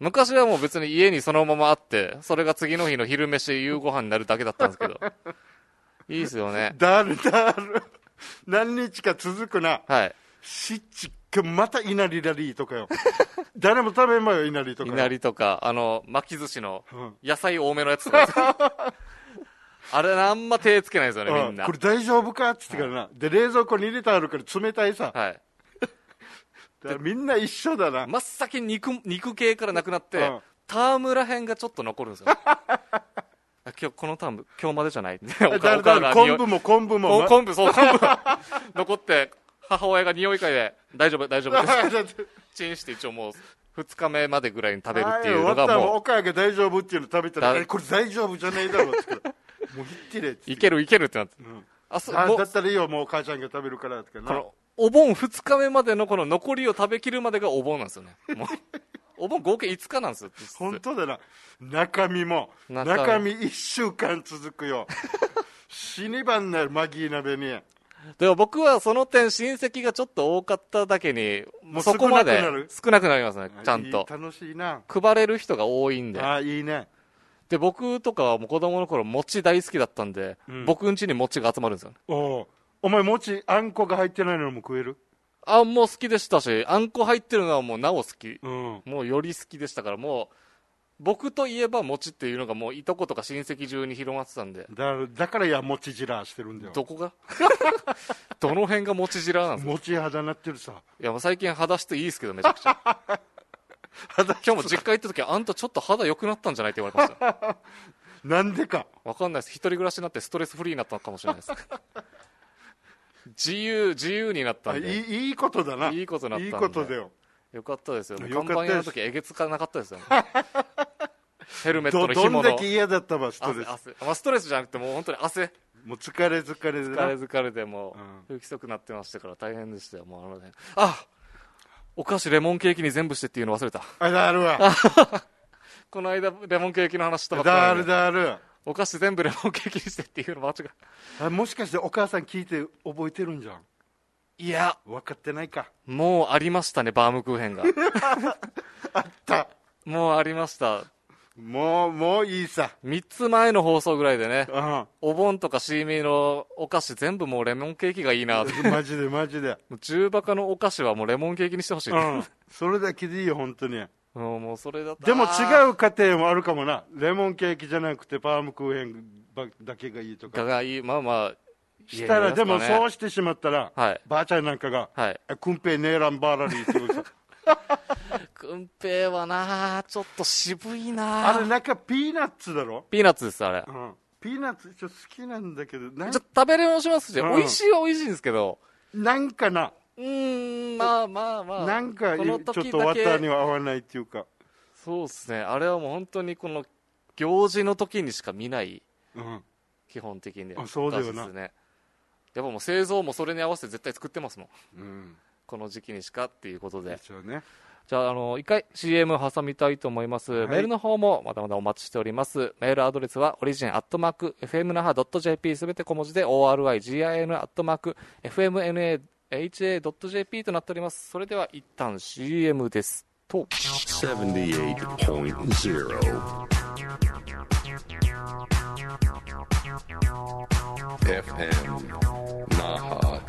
[SPEAKER 1] 昔はもう別に家にそのままあって、それが次の日の昼飯、夕ご飯になるだけだったんですけど。いいですよね。
[SPEAKER 2] だるだる。 [LAUGHS] 何日か続くな。
[SPEAKER 1] はい。
[SPEAKER 2] しっちくまた稲荷ラリー
[SPEAKER 1] [LAUGHS]
[SPEAKER 2] とかよ。誰も食べんばよ、稲荷と
[SPEAKER 1] い
[SPEAKER 2] かよ。
[SPEAKER 1] なりとか、あの、巻き寿司の
[SPEAKER 2] うん
[SPEAKER 1] 野菜多めのやつとか。
[SPEAKER 2] [LAUGHS]
[SPEAKER 1] あれあんま手つけないですよね、みん
[SPEAKER 2] うん
[SPEAKER 1] な
[SPEAKER 2] こ。れ大丈夫かっつってからな、で冷蔵庫に入れてあるから冷たいさ、
[SPEAKER 1] はい。
[SPEAKER 2] だからみんな一緒だな、
[SPEAKER 1] [LAUGHS] 真っ先に肉、肉系からなくなって、
[SPEAKER 2] うん
[SPEAKER 1] タームらへんがちょっと残るんですよ。 [LAUGHS] あ今日、このターム、今日までじゃないって。お
[SPEAKER 2] [LAUGHS] だ
[SPEAKER 1] 母
[SPEAKER 2] るだ
[SPEAKER 1] お母
[SPEAKER 2] る
[SPEAKER 1] が
[SPEAKER 2] 昆布も昆布も、
[SPEAKER 1] こ
[SPEAKER 2] ま [LAUGHS]
[SPEAKER 1] 昆布、そう、昆布。 [LAUGHS] 残って、母親が匂い嗅いで、大丈夫、大丈夫
[SPEAKER 2] [LAUGHS]
[SPEAKER 1] です。チンして一応もう、二日目までぐらいに食べるっていうのが
[SPEAKER 2] あー終わったら
[SPEAKER 1] も
[SPEAKER 2] おかげ大丈夫っていうの食べたら
[SPEAKER 1] だ
[SPEAKER 2] えこれ大丈夫じゃないだろうっつってからもうひってれっつって
[SPEAKER 1] う、いけるいけるってなって。
[SPEAKER 2] ん
[SPEAKER 1] あ、そう、
[SPEAKER 2] あ
[SPEAKER 1] もう
[SPEAKER 2] だったらいいよもうお母ちゃんが食べるからってから
[SPEAKER 1] こ
[SPEAKER 2] な
[SPEAKER 1] の、お盆二日目までのこの残りを食べきるまでがお盆なんですよね。もう、 [LAUGHS] お盆合計5日なんですよ。実質
[SPEAKER 2] 本当だな中身も
[SPEAKER 1] 中
[SPEAKER 2] 中
[SPEAKER 1] 身
[SPEAKER 2] 身一週間続くよ死にばんなるマギー鍋に
[SPEAKER 1] でも僕はその点親戚がちょっと多かっただけに、
[SPEAKER 2] もう
[SPEAKER 1] そこまで
[SPEAKER 2] 少なくなる
[SPEAKER 1] 少なくなりますね、ちゃんと
[SPEAKER 2] い。い楽しいな
[SPEAKER 1] 配れる人が多いんで。
[SPEAKER 2] あーいいね
[SPEAKER 1] で、僕とかはもう子供の頃餅大好きだったんで、
[SPEAKER 2] ん
[SPEAKER 1] 僕ん家に餅が集まるんですよね。
[SPEAKER 2] おおお前餅あんこが入ってないのも食える
[SPEAKER 1] あんも好きでしたし、あんこ入ってるのはもうなお好き。
[SPEAKER 2] うん
[SPEAKER 1] もうより好きでしたから、もう、僕といえば餅っていうのがもういとことか親戚中に広まってたんで、
[SPEAKER 2] だだからやもちじらしてるんだよ
[SPEAKER 1] どこが [LAUGHS] どの辺が餅じらなんですか
[SPEAKER 2] もち肌なってるさ
[SPEAKER 1] いや、もう最近肌質いいですけど、めちゃく
[SPEAKER 2] [LAUGHS]
[SPEAKER 1] ちゃ。
[SPEAKER 2] 肌
[SPEAKER 1] 今日も実家行った時、あんたちょっと肌良くなったんじゃないって言われました。
[SPEAKER 2] なんでか
[SPEAKER 1] わかんないです。一人暮らしになってストレスフリーになったのかもしれないです。 [LAUGHS] 自由、自由になった
[SPEAKER 2] あ
[SPEAKER 1] んで。
[SPEAKER 2] いいいいことだない
[SPEAKER 1] いことになったんで
[SPEAKER 2] いいことだよ
[SPEAKER 1] よかったですよ。
[SPEAKER 2] よか
[SPEAKER 1] 看
[SPEAKER 2] った
[SPEAKER 1] 板屋
[SPEAKER 2] です
[SPEAKER 1] の時、えげつかなかったですよ。 [LAUGHS] ヘルメット
[SPEAKER 2] ど
[SPEAKER 1] の
[SPEAKER 2] ど
[SPEAKER 1] 紐
[SPEAKER 2] ん
[SPEAKER 1] の。
[SPEAKER 2] だけ嫌だったわスト
[SPEAKER 1] 汗
[SPEAKER 2] レス
[SPEAKER 1] 汗まあ、ストレスじゃなくてもう本当に汗
[SPEAKER 2] もう疲れ疲れで
[SPEAKER 1] 疲れ
[SPEAKER 2] な
[SPEAKER 1] 疲れでも
[SPEAKER 2] うん
[SPEAKER 1] う不規則になってましたから大変でしたよもうあのねあお菓子レモンケーキに全部してっていうの忘れた
[SPEAKER 2] あだ
[SPEAKER 1] [LAUGHS]
[SPEAKER 2] るわ
[SPEAKER 1] この間レモンケーキの話したばっかり
[SPEAKER 2] だ
[SPEAKER 1] な
[SPEAKER 2] る
[SPEAKER 1] のに
[SPEAKER 2] だる
[SPEAKER 1] お菓子全部レモンケーキにしてっていうの間違
[SPEAKER 2] あもしかしてお母さん聞いて覚えてるんじゃん
[SPEAKER 1] いいや
[SPEAKER 2] 分かってないか
[SPEAKER 1] もうありましたねバームクーヘ
[SPEAKER 2] [LAUGHS]
[SPEAKER 1] ンが
[SPEAKER 2] た
[SPEAKER 1] もうありました
[SPEAKER 2] もうもういいさ
[SPEAKER 1] 3つ前の放送ぐらいでね
[SPEAKER 2] うん
[SPEAKER 1] お盆とかシーミーのお菓子全部もうレモンケーキがいいなって
[SPEAKER 2] [LAUGHS] マジでマジで
[SPEAKER 1] もう重バカのお菓子はもうレモンケーキにしてほしい、
[SPEAKER 2] うんそれだけでいいよ本当に
[SPEAKER 1] もうもうそれだった
[SPEAKER 2] でも
[SPEAKER 1] あー
[SPEAKER 2] 違う家庭もあるかもなレモンケーキじゃなくてパームクーヘンばだけがいいと
[SPEAKER 1] が
[SPEAKER 2] か
[SPEAKER 1] がいいまあまあ
[SPEAKER 2] したらでもそう
[SPEAKER 1] し
[SPEAKER 2] してしまったら、
[SPEAKER 1] はい
[SPEAKER 2] ばあちゃんなんかが
[SPEAKER 1] はい
[SPEAKER 2] 「くんぺいねえらんばらり」って言うさ
[SPEAKER 1] 軍平はなあちょっと渋いな
[SPEAKER 2] あれ中ピーナッツだろ、
[SPEAKER 1] ピーナッツですあれち
[SPEAKER 2] う
[SPEAKER 1] ょ
[SPEAKER 2] ん、ピーナッツちょっと好きなんだけどな
[SPEAKER 1] っ
[SPEAKER 2] ん
[SPEAKER 1] と食べれもしますし、
[SPEAKER 2] うん
[SPEAKER 1] 美味しいは美味しいんですけど
[SPEAKER 2] なんかな
[SPEAKER 1] うーんまあまあまあ
[SPEAKER 2] なんか
[SPEAKER 1] こ
[SPEAKER 2] ちょ
[SPEAKER 1] の
[SPEAKER 2] っと
[SPEAKER 1] 時だ
[SPEAKER 2] 綿に
[SPEAKER 1] け
[SPEAKER 2] は合わないっていうか、
[SPEAKER 1] そうですねあれはもう本当にこの行事の時にしか見ない
[SPEAKER 2] うん、
[SPEAKER 1] 基本的に
[SPEAKER 2] あそうだよな
[SPEAKER 1] お菓子ですねやっぱもう製造もそれに合わせて絶対作ってますもん
[SPEAKER 2] うん、
[SPEAKER 1] この時期にしかっていうことで
[SPEAKER 2] 一応ね
[SPEAKER 1] じゃあ、あの、一回 CM 挟みたいと思います。
[SPEAKER 2] い
[SPEAKER 1] メールの方もまだまだお待ちしております。メールアドレスは、オリジンアットマーク、fmnaha.jp すべて小文字で、origin アットマーク、fmnaha.jp となっております。それでは、一旦 CM です。と、
[SPEAKER 3] 78.0 FM Naha.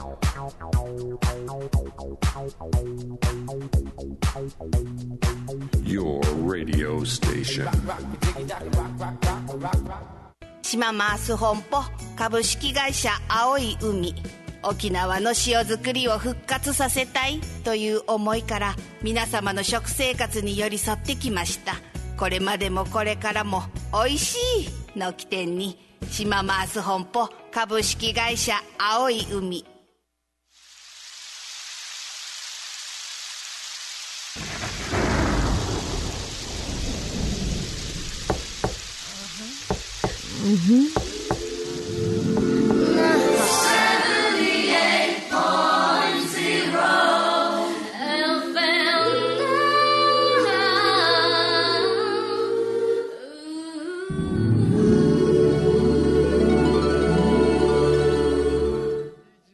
[SPEAKER 4] 島マース本舗株式会社青い海沖縄の塩作りを復活させたいという思いから皆様の食生活に寄り添ってきましたこれまでもこれからも「おいしい」の起点に島マース本舗株式会社青い海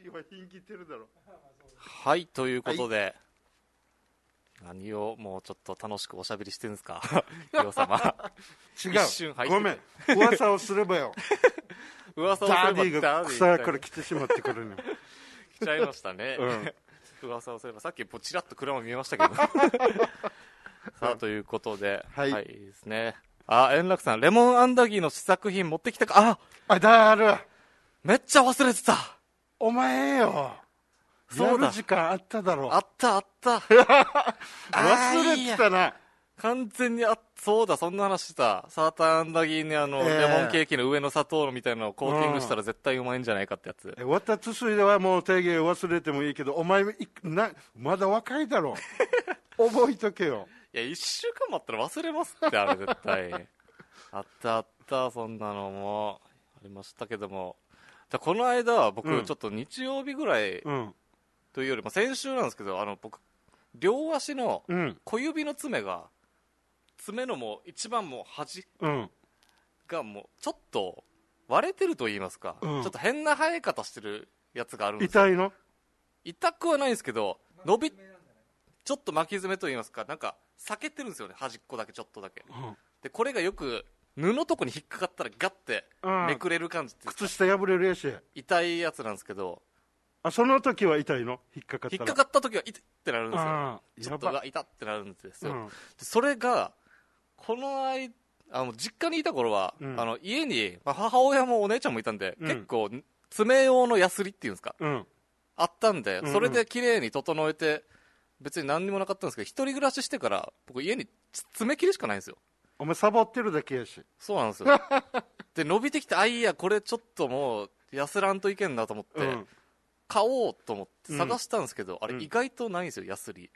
[SPEAKER 2] 今品切ってるだろ
[SPEAKER 1] はい、ということで、何をもうちょっと楽しくおしゃべりしてるんですか、 [LAUGHS] 岩尾様。
[SPEAKER 2] 違
[SPEAKER 1] 一瞬入
[SPEAKER 2] う
[SPEAKER 1] って
[SPEAKER 2] ごめん噂をすればよ
[SPEAKER 1] [LAUGHS] 噂をすれ
[SPEAKER 2] ダ
[SPEAKER 1] ば
[SPEAKER 2] ーディーが草から来てしまってくるのよ
[SPEAKER 1] 来ちゃいましたね。
[SPEAKER 2] うん
[SPEAKER 1] [LAUGHS] 噂をすれば、さっきぽちらっと車も見えました
[SPEAKER 2] [LAUGHS]
[SPEAKER 1] けど。さあ、ということで、
[SPEAKER 2] はい
[SPEAKER 1] い、いいですね。あ、円楽さん、レモンアンダギーの試作品持ってきたか、あ、
[SPEAKER 2] あだる
[SPEAKER 1] めっちゃ忘れてた。
[SPEAKER 2] お前よ
[SPEAKER 1] そうだ
[SPEAKER 2] やる時間あっただろ
[SPEAKER 1] あったあ
[SPEAKER 2] [LAUGHS]
[SPEAKER 1] った。
[SPEAKER 2] 忘れてたな
[SPEAKER 1] 完全にあそうだ、そんな話した。サーターアンダギーにあの、
[SPEAKER 2] ええ
[SPEAKER 1] レモンケーキの上の砂糖みたいなのをコーティングしたら絶対うまいんじゃないかってやつ。
[SPEAKER 2] え私それはもう定義忘れてもいいけどお前いなまだ若いだ
[SPEAKER 1] [LAUGHS]
[SPEAKER 2] ろ覚えとけよ
[SPEAKER 1] いや、一週間待ったら忘れますって、あれ絶
[SPEAKER 2] [LAUGHS]
[SPEAKER 1] 対。あったあった、そんなのも。ありましたけども。だこの間は僕、
[SPEAKER 2] うん
[SPEAKER 1] ちょっと日曜日ぐらい
[SPEAKER 2] うん
[SPEAKER 1] というよりも、先週なんですけど、あの、僕、両足の
[SPEAKER 2] うん
[SPEAKER 1] 小指の爪が、爪のもう一番もう端
[SPEAKER 2] うん
[SPEAKER 1] がもう、ちょっと割れてると言いますか、
[SPEAKER 2] うん
[SPEAKER 1] ちょっと変な生え方してるやつがあるんですよ
[SPEAKER 2] 痛いの
[SPEAKER 1] 痛くはないんですけど、伸び、ちょっと巻き爪と言いますか、なんか、裂けてるんですよね、端っこだけ、ちょっとだけ。
[SPEAKER 2] ん
[SPEAKER 1] で、これがよく、布とこに引っかかったらガッて
[SPEAKER 2] うん、
[SPEAKER 1] めくれる感じって、
[SPEAKER 2] 靴下破れるやし
[SPEAKER 1] 痛いやつなんですけど、
[SPEAKER 2] あその時は痛いの引っかかった
[SPEAKER 1] 引っ
[SPEAKER 2] ら
[SPEAKER 1] かかった時は痛ってなるんですよ。
[SPEAKER 2] あー
[SPEAKER 1] ちょ
[SPEAKER 2] や
[SPEAKER 1] っと
[SPEAKER 2] ば
[SPEAKER 1] が痛ってなるんですよ。
[SPEAKER 2] うん
[SPEAKER 1] でそれが、この間、あの、実家にいた頃は、
[SPEAKER 2] うん
[SPEAKER 1] あの、家に、まあ、母親もお姉ちゃんもいたんで、
[SPEAKER 2] うん
[SPEAKER 1] 結構、爪用のヤスリっていうんですか、
[SPEAKER 2] うん
[SPEAKER 1] あったんで、
[SPEAKER 2] うんうん
[SPEAKER 1] それで綺麗に整えて、別に何にもなかったんですけど、一人暮らししてから、僕家につ爪切りしかないんですよ。
[SPEAKER 2] お前サボってるだけやし
[SPEAKER 1] そうなん
[SPEAKER 2] [LAUGHS]
[SPEAKER 1] ですよ。で、伸びてきて、あ、いや、これちょっともう、安らんといけんなと思って、
[SPEAKER 2] うん
[SPEAKER 1] 買おうと思って探したんですけど、あ
[SPEAKER 2] う
[SPEAKER 1] れ
[SPEAKER 2] ん
[SPEAKER 1] 意外とないんですよ、ヤスリ。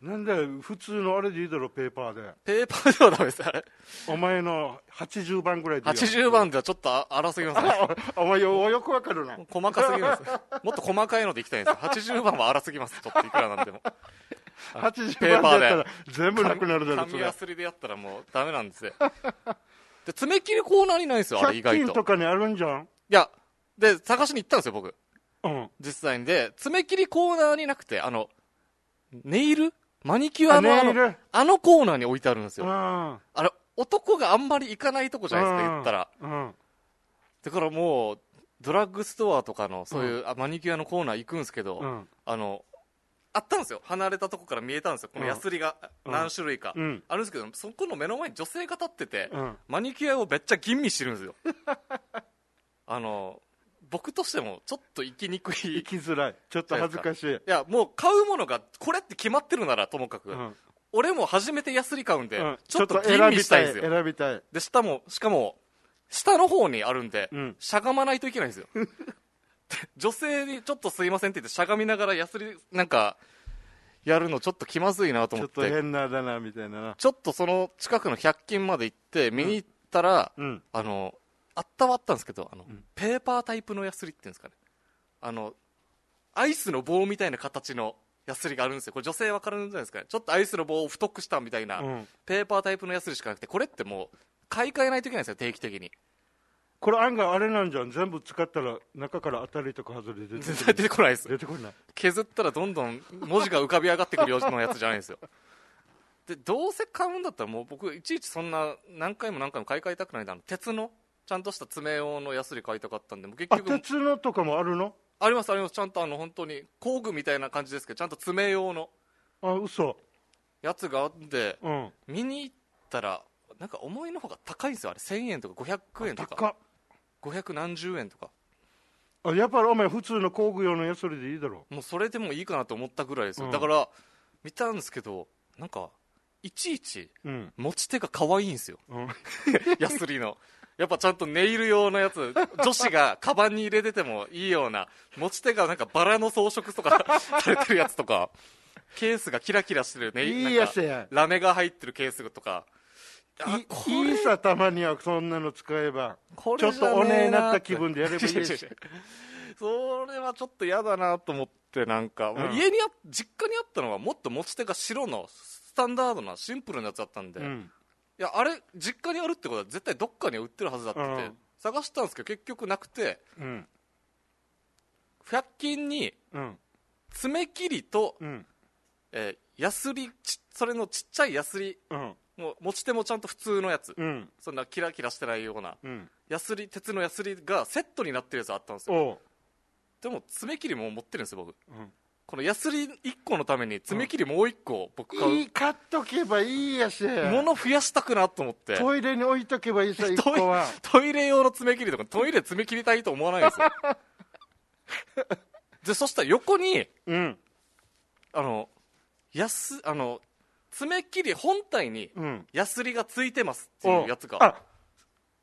[SPEAKER 2] なんだよ普通のあれでいいだろペーパーで
[SPEAKER 1] ペーパーではダメです、あれ。
[SPEAKER 2] お前の80番ぐらいでいいよ
[SPEAKER 1] 80番ではちょっとあ荒すぎますね。
[SPEAKER 2] [LAUGHS] お前よよくわかるな
[SPEAKER 1] 細かすぎます。もっと細かいのでいきたいん
[SPEAKER 2] [LAUGHS]
[SPEAKER 1] ですよ。80番は荒すぎます。ちょっといくらなんでも。ペ
[SPEAKER 2] 80
[SPEAKER 1] ーパー
[SPEAKER 2] 番
[SPEAKER 1] で
[SPEAKER 2] だったら全部なくなるだろそ
[SPEAKER 1] 紙
[SPEAKER 2] れ
[SPEAKER 1] やすりでやったらもうダメなんですよ。で、爪切りコーナーにないんですよ、あれ意
[SPEAKER 2] 100
[SPEAKER 1] 外
[SPEAKER 2] 均
[SPEAKER 1] と。
[SPEAKER 2] とかにあるんじゃん
[SPEAKER 1] いや、で、探しに行ったんですよ、僕。
[SPEAKER 2] うん
[SPEAKER 1] 実際に。で、爪切りコーナーになくて、あの、ネイルマニキュアの
[SPEAKER 2] あ
[SPEAKER 1] あ
[SPEAKER 2] ネイル
[SPEAKER 1] の、あのコーナーに置いてあるんです
[SPEAKER 2] う
[SPEAKER 1] よ。
[SPEAKER 2] ん
[SPEAKER 1] あれ、男があんまり行かないとこじゃないですか、言ったら。
[SPEAKER 2] うん
[SPEAKER 1] だからもう、ドラッグストアとかの、そういう、あマニキュアのコーナー行くんですけど、
[SPEAKER 2] うん
[SPEAKER 1] あの、あったんですよ。離れたとこから見えたんですよ。このヤスリが
[SPEAKER 2] うん
[SPEAKER 1] 何種類か。
[SPEAKER 2] うん
[SPEAKER 1] あるんですけど、そこの目の前に女性が立ってて、
[SPEAKER 2] うん
[SPEAKER 1] マニキュアをめっちゃ吟味してるんですよ。あの、僕としてもちょっと行きにくい。
[SPEAKER 2] 生
[SPEAKER 1] い
[SPEAKER 2] きづらいちょっと恥ずかしい
[SPEAKER 1] や、もう買うものがこれって決まってるならともかく、
[SPEAKER 2] うん
[SPEAKER 1] 俺も初めてヤスリ買うんで、
[SPEAKER 2] うん
[SPEAKER 1] ちょっと吟味したいんですよ。
[SPEAKER 2] 選びたい
[SPEAKER 1] で、下も、しかも、下の方にあるんで、
[SPEAKER 2] うん
[SPEAKER 1] しゃがまないといけないんです
[SPEAKER 2] [LAUGHS]
[SPEAKER 1] よ。で女性にちょっとすいませんって言って、しゃがみながらヤスリ、なんか、やるのちょっと気まずいなと
[SPEAKER 2] ちょ
[SPEAKER 1] 思
[SPEAKER 2] っ
[SPEAKER 1] っ
[SPEAKER 2] と
[SPEAKER 1] て、
[SPEAKER 2] 変なだなみたいなな
[SPEAKER 1] ちょっとその近くの100均まで行って、見に行ったら、
[SPEAKER 2] うん
[SPEAKER 1] あの、あったはあったんですけど、あの、
[SPEAKER 2] ん
[SPEAKER 1] ペーパータイプのヤスリっていうんですかね。あの、アイスの棒みたいな形のヤスリがあるんですよ。これ女性わかるんじゃないですかね。ちょっとアイスの棒を太くしたみたいな、
[SPEAKER 2] うん
[SPEAKER 1] ペーパータイプのヤスリしかなくて、これってもう、買い替えないといけないんですよ、定期的に。 [LAUGHS]
[SPEAKER 2] これ案外あれなんじゃん全部使ったら中から当たりとか外れ出て
[SPEAKER 1] 絶
[SPEAKER 2] く
[SPEAKER 1] 対
[SPEAKER 2] る
[SPEAKER 1] 出てこないです。
[SPEAKER 2] 出てこない
[SPEAKER 1] 削ったらどんどん文字が浮かび上がってくるようなやつじゃないんですよ。 [LAUGHS] で、どうせ買うんだったらもう僕、いちいちそんな何回も何回も買い替えたくないんで、あの、鉄の、ちゃんとした爪用のヤスリ買いたかったんで、もう結
[SPEAKER 2] あ
[SPEAKER 1] 局、
[SPEAKER 2] 鉄のとかもあるの
[SPEAKER 1] ありますありますちゃんとあの本当に工具みたいな感じですけどちゃんと爪用の
[SPEAKER 2] あ嘘
[SPEAKER 1] やつがあって
[SPEAKER 2] うん
[SPEAKER 1] 見に行ったらなんか思いのほが高いんですよあれ1000円とか500円と
[SPEAKER 2] 高
[SPEAKER 1] か
[SPEAKER 2] っ
[SPEAKER 1] 500何十円とか
[SPEAKER 2] あやっぱりお前普通の工具用のやつでいいだろ
[SPEAKER 1] もうそれでもいいかなと思ったぐらいですよ、
[SPEAKER 2] うん
[SPEAKER 1] だから見たんですけどなんかいちいち
[SPEAKER 2] うん
[SPEAKER 1] 持ち手が可愛いんですよ
[SPEAKER 2] うん
[SPEAKER 1] [LAUGHS] ヤスリのやっぱちゃんとネイル用のやつ、女子がカバンに入れててもいいような、持ち手がなんかバラの装飾とか [LAUGHS] されてるやつとか、ケースがキラキラしてるネイ
[SPEAKER 2] いい
[SPEAKER 1] なん
[SPEAKER 2] や
[SPEAKER 1] か
[SPEAKER 2] つや
[SPEAKER 1] ラメが入ってるケースとか、あ
[SPEAKER 2] い
[SPEAKER 1] こ
[SPEAKER 2] いいさたまにはそんなの使えば
[SPEAKER 1] こ
[SPEAKER 2] ちょ
[SPEAKER 1] れ
[SPEAKER 2] っ
[SPEAKER 1] じゃ
[SPEAKER 2] と
[SPEAKER 1] ね
[SPEAKER 2] お
[SPEAKER 1] えなーって
[SPEAKER 2] ねえなった気分でやればいい
[SPEAKER 1] 違う違う違
[SPEAKER 2] で
[SPEAKER 1] う
[SPEAKER 2] す
[SPEAKER 1] [LAUGHS] それはちょっと嫌だなと思ってなんか、もう家にあ実家にあったのはもっと持ち手が白のスタンダードなシンプルなやつだったんで、
[SPEAKER 2] うん
[SPEAKER 1] いやあれ実家にあるってことは絶対どっかに売ってるはずだって言って、
[SPEAKER 2] うん
[SPEAKER 1] 探したんですけど結局なくて
[SPEAKER 2] うん
[SPEAKER 1] 100均に
[SPEAKER 2] うん
[SPEAKER 1] 爪切りと、
[SPEAKER 2] うん
[SPEAKER 1] えーヤスリちそれのちっちゃいヤスリ
[SPEAKER 2] うん
[SPEAKER 1] もう持ち手もちゃんと普通のやつ、
[SPEAKER 2] うん
[SPEAKER 1] そんなキラキラしてないような
[SPEAKER 2] うん
[SPEAKER 1] ヤスリ鉄のヤスリがセットになってるやつあったんですよ
[SPEAKER 2] おう
[SPEAKER 1] でも爪切りも持ってるんですよ僕
[SPEAKER 2] うん
[SPEAKER 1] このヤスリ1個のために爪切りもう1個僕買う、
[SPEAKER 2] いい買っとけばいいやし
[SPEAKER 1] 物増やしたくなと思って
[SPEAKER 2] トイレに置いとけばいいさ
[SPEAKER 1] [LAUGHS] トイ
[SPEAKER 2] 一個は
[SPEAKER 1] トイレ用の爪切りとかトイレ爪切りたいと思わないで
[SPEAKER 2] [LAUGHS]
[SPEAKER 1] すよでそしたら横に
[SPEAKER 2] うん
[SPEAKER 1] あのやすあの爪切り本体に
[SPEAKER 2] うん
[SPEAKER 1] ヤスリがついてますって
[SPEAKER 2] お
[SPEAKER 1] いうやつが
[SPEAKER 2] あ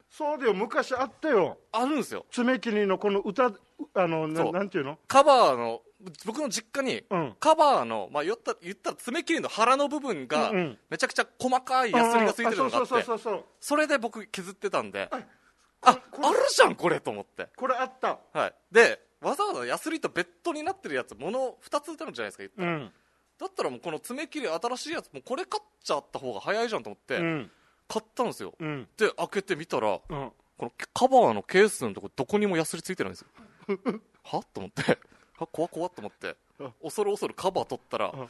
[SPEAKER 2] そうだよ昔あったよ
[SPEAKER 1] あるんですよ
[SPEAKER 2] 爪切りのこの歌あのな
[SPEAKER 1] そう
[SPEAKER 2] なんていうの
[SPEAKER 1] カバーの僕の実家に
[SPEAKER 2] うん
[SPEAKER 1] カバーの、まあ、言った言ったら爪切りの腹の部分が
[SPEAKER 2] うんうん
[SPEAKER 1] めちゃくちゃ細かいヤスリがついてるのがあっ
[SPEAKER 2] そうそう
[SPEAKER 1] て
[SPEAKER 2] そうそうそう
[SPEAKER 1] それで僕削ってたんで
[SPEAKER 2] あ
[SPEAKER 1] ああるじゃんこれと思って、
[SPEAKER 2] これあった
[SPEAKER 1] はい、でわざわざヤスリと別途になってるやつもの2つ売ってるじゃないですか言った
[SPEAKER 2] う
[SPEAKER 1] ら
[SPEAKER 2] ん
[SPEAKER 1] だったらもうこの爪切り新しいやつもうこれ買っちゃった方が早いじゃんと思って、
[SPEAKER 2] うん
[SPEAKER 1] 買ったんですよ、
[SPEAKER 2] うん
[SPEAKER 1] で開けてみたら
[SPEAKER 2] うん
[SPEAKER 1] このカバーのケースのとこどこにもヤスリついてないんですよはと思っては怖っ怖っと思って
[SPEAKER 2] うん
[SPEAKER 1] 恐る恐るカバー取ったら
[SPEAKER 2] うん